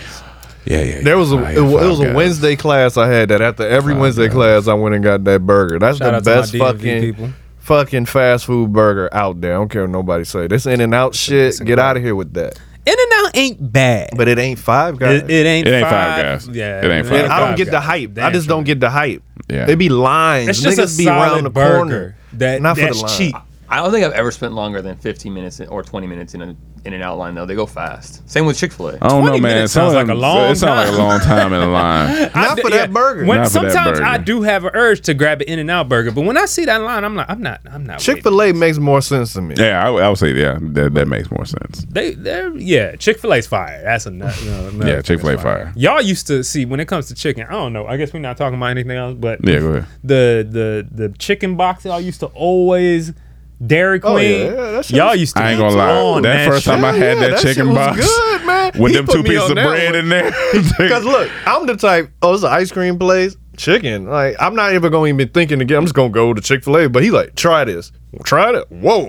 Yeah, yeah. There was a yeah, it, wa- it was Five a Guys. Wednesday class I had that after every Wednesday class I went and got that burger. That's Shout out to the my best DMV fucking people. fucking fast food burger out there. I don't care what nobody say. This in and out shit. Get out of here with that. In and out ain't bad, but it ain't five guys. It, it ain't. five, Yeah, And I don't get the hype. I just don't get the hype. Yeah. It be lines. It's Niggas be round the corner. Not for the line. I don't think I've ever spent longer than 15 minutes in- or 20 minutes in an in and out line though. They go fast. Same with Chick Fil A. I don't know, man. Some of them- It sounds like a long time in a line. Not for that burger. When Not for that sometimes burger. I do have an urge to grab an In and Out burger, but when I see that line, I'm like, I'm not, I'm not. Chick Fil A makes more sense to me. Yeah, I, would- I would say, yeah, that, that makes more sense. They, they're yeah. Chick Fil A's fire. That's a nut. You know, another yeah, Chick fil A thing that's fire. Y'all used to see when it comes to chicken. I don't know. I guess we're not talking about anything else, but Yeah, go ahead. The the the chicken box. Y'all used to always Dairy Oh, yeah, Queen. yeah, that shit y'all was- used to. I ain't gonna lie. on That first time I shit. had that chicken box good, man. with them two pieces of bread in there. Because look, I'm the type. Oh, it's an ice cream place. Chicken. Like I'm not ever going to even thinking again. I'm just going to go to Chick Fil A. But he like, try this. Try it. Whoa.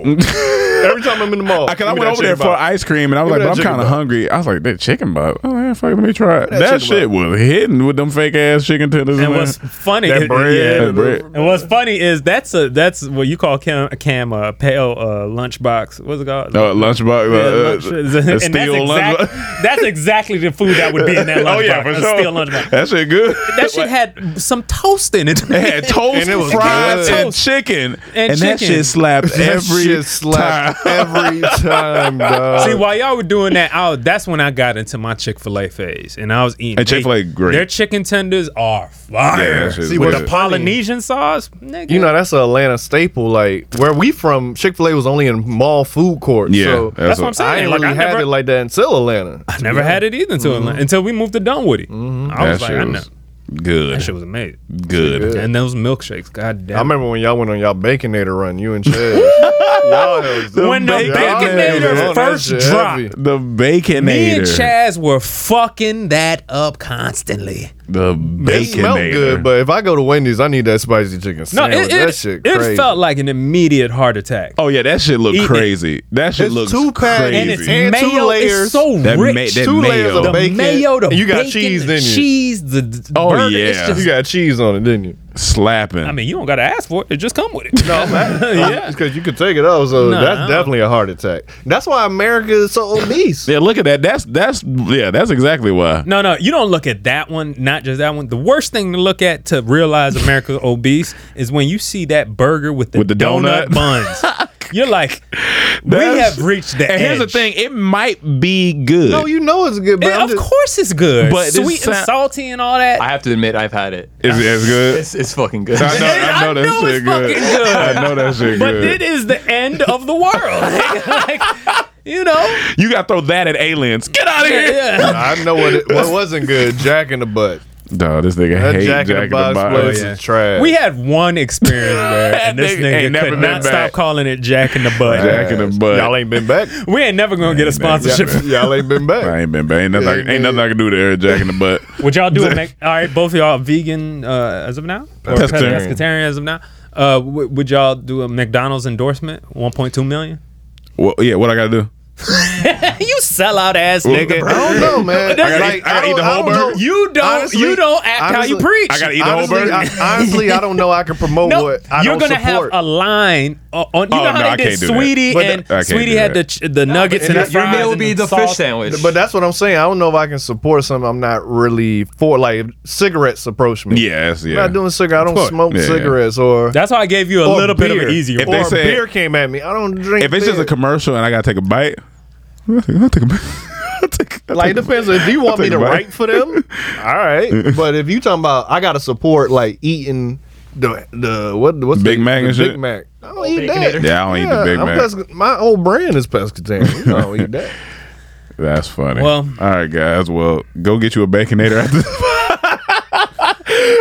Every time I'm in the mall, Because I went over there for ice cream and I was Give me like, but I'm that kind of chicken hungry. I was like, that chicken box. Oh, yeah, fuck, let me try it. That That, chicken shit was hidden with them fake ass chicken tenders. And in what's there. funny, That is- bread. yeah, that bread. and what's funny is that's a that's what you call cam, a cam a pale uh, lunchbox. What's it called? No, a lunchbox. Yeah, uh, uh, lunch- a and that's steel exact- lunchbox. That's exactly the food that would be in that lunchbox. Oh, yeah, for a sure. Steel lunchbox. That shit good. That shit had some toast in it. It had toast, And it was fries, good. and chicken. And And, that chicken. shit slapped That every shit slapped time. every time, dog. See, while y'all were doing that, I, that's when I got into my Chick Fil A phase, and I was eating. And Chick-fil-A they- great. Their chicken tenders are Yeah, fire. that shit is See, with good. the Polynesian sauce, nigga. You know that's an Atlanta staple. Like where we from, Chick Fil A was only in mall food courts. Yeah, so that's That's what I'm saying. I ain't Like, really I had never- it like that until Atlanta. I never had it either Mm-hmm. until Atlanta- until we moved to Dunwoody. I was That like, shit I know. was Good. That shit was amazing. Good. And those milkshakes, god damn. I remember when y'all went on y'all Baconator run, you and Chad. Y'all was- When the y'all Baconator was on that first shit dropped. heavy. The Baconator. Me and Chaz were fucking that up constantly. The It smelled good, but if I go to Wendy's, I need that spicy chicken No, sandwich. it, that it, shit it crazy. felt like an immediate heart attack. Oh yeah, that shit looked Eat it. crazy. That shit It's looks two crazy. patties and it's And two mayo. It's layers. so that rich. that Two mayo. layers of The bacon. mayo, the And you got bacon, cheese, the didn't you? cheese, the, Oh, burger, it's yeah. just- you got cheese on it, didn't you? Slapping. I mean, you don't gotta ask for it; it just come with it. No, yeah, because you could take it out. So Nah, I that's don't- definitely a heart attack. That's why America is so obese. yeah, look at that. That's that's yeah, that's exactly why. No, no, you don't look at that one, not just that one. The worst thing to look at to realize America's obese is when you see that burger with the, With the donut, donut. buns. You're like, we That's- have reached the And here's the edge. thing, it might be good. No, you know it's good, but of course it's good. But this sweet and sound- salty and all that. I have to admit, I've had it. Is it as good? It's, it's fucking good. I know, I know that shit good. good. I know that shit but good. it is the end of the world. like, you know, you gotta throw that at aliens. Get out of here. Yeah. I know what it, what wasn't good. Jack in the butt. Dog, this nigga That hate Jack in the Box Oh, place is trash. we had one experience there, and this That nigga nigga ain't never could been not stop back. calling it Jack in the Butt. Jack in the butt. Y'all ain't been back. We ain't never gonna get a sponsorship. Y'all, y'all ain't been back. I ain't been bad. Ain't nothing, I, ain't nothing I can do to Eric Jack in the butt. Would y'all do a Mac- all right? Both of y'all are vegan uh, as of now, Or Pescatarian. pescatarian as of now. Uh, w- would y'all do a McDonald's endorsement? One point two million. Well, yeah, what I gotta do? you sell out ass Well, nigga. I don't know, man. I gotta Like, eat- I gotta don't- eat the whole I don't burger? know. You don't. you don't act how you preach. honestly, I, honestly, I don't know. I can promote No, what I you're don't gonna support. have a line uh, on. on you Oh, know how no, I they did can't do that. Sweetie But and the- I can't Sweetie do had the that. ch- the nuggets and, the your fries meal and be the, sauce. But that's what I'm saying. I don't know if I can support something I'm not really for. Like if cigarettes approach me. Yes, I'm yeah. not doing cigarettes. I Of don't course. smoke Yeah, yeah. cigarettes or. That's why I gave you a or little bit of beer. an easier. If one. they Or said- beer came at me. I don't drink. If it's just beer. a commercial and I gotta take a bite, like it depends if you want me to I'll take a bite. write for them. All right, but if you talking about I gotta support like eating the the what what's Big the, Mac the and Big shit? Mac. I don't eat that. Yeah, I don't eat the Big I'm Mac. pesca- my whole brand is pescatarian. I don't eat that. That's funny. Well- all right, guys. Well, go get you a baconator after.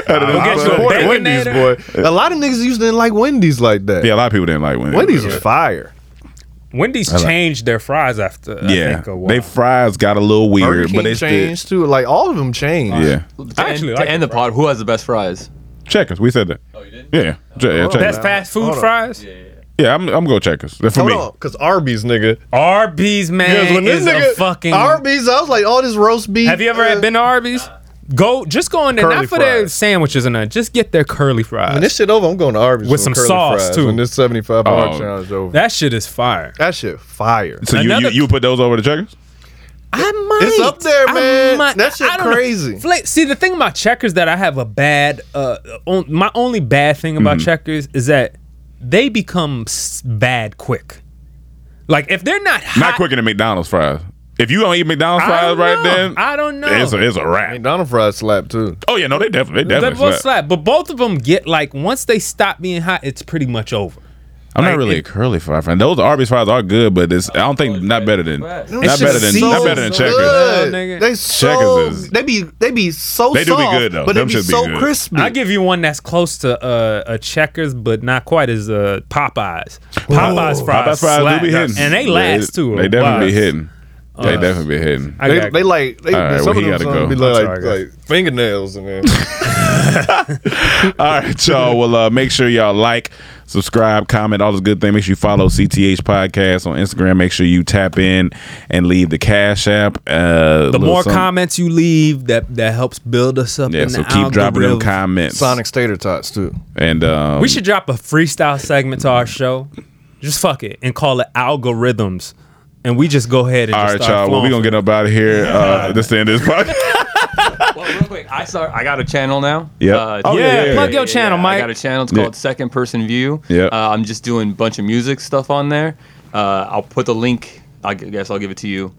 Go get you a Wendy's, boy. A lot of niggas used to didn't like Wendy's like that. Yeah, a lot of people didn't like Wendy's. Wendy's was fire. Wendy's I like- changed their fries after. I yeah, think, a while. they fries got a little weird, Burger King but it's changed. too. Like all of them change. Yeah, To end, to end the pod, who has the best fries? checkers. We said that. Oh, you did. Yeah, Che- yeah, checkers. That's fast food Hold on. fries. Yeah, I'm I'm go checkers for me. because Arby's nigga, Arby's man is a fucking- Arby's, I was like, all this roast beef. uh, Have you ever had been to Arby's? Go, just go in there, Curly not for their fries. sandwiches and nothing. Just get their curly fries. When this shit over, I'm going to Arby's with some curly sauce fries too. When this 75 hour Oh. challenge over, That shit is fire. That shit fire. So you, you you put those over the checkers? I might. It's up there, I man. might- That shit I don't know. crazy. Fla- See, the thing about checkers that I have a bad, uh, on, my only bad thing about checkers is that they become s- bad quick. Like if they're not Not quicker than McDonald's fries. If you don't eat McDonald's I fries don't right know. then, I don't know. It's a, it's a wrap. McDonald's fries slap too. Oh yeah, no, they definitely they They definitely both slap. slap, but both of them get like once they stop being hot, it's pretty much over. I'm not really a curly fry fan. Those Arby's fries are good, but it's I don't think not better than not Them shit better than so not better than checkers. good. nigga. They so Checkers is- they be they be so They do be soft, good, though. but Them they be should be so good. crispy. I give you one that's close to uh, a Checkers, but not quite as uh, Popeyes. Popeyes fries, Oh, Popeyes fries slap. do be hitting, and they last too. They definitely be Wow. hitting. They Uh, definitely be hitting. I they, got- they like they, All right, some well, he of gotta them go. be That's like, all I got. like fingernails and then All right, y'all. Well, uh, make sure y'all like, subscribe, comment, all this good thing. Make sure you follow CTH Podcast on Instagram. Make sure you tap in and leave the Cash App. Uh, the little more something. comments you leave, that that helps build us up. Yeah, in so the keep dropping them algorithm. comments. Sonic Stater tots too. And um, we should drop a freestyle segment to our show. Just fuck it and call it algorithms, and we just go ahead and. All just right, start y'all. Well, we flowing gonna get up out of here. Uh, this is the end of this podcast. Wait, I saw. I got a channel now. Uh, Yep. Oh, yeah, yeah, plug your channel, I Mike. got a channel. It's Yeah. called Second Person View. Yep. Uh, I'm just doing a bunch of music stuff on there. Uh, I'll put the link. I gu- guess I'll give it to you.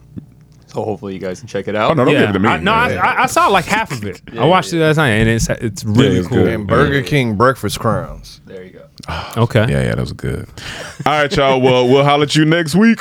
So hopefully you guys can check it out. Oh, no, don't give it to me. I, no, I, I, I saw like half of it. I watched it last night, and it's it's really it's cool. good. And Burger King breakfast crowns. Okay. Yeah, yeah, that was good. All right, y'all. Well, we'll holler at you next week.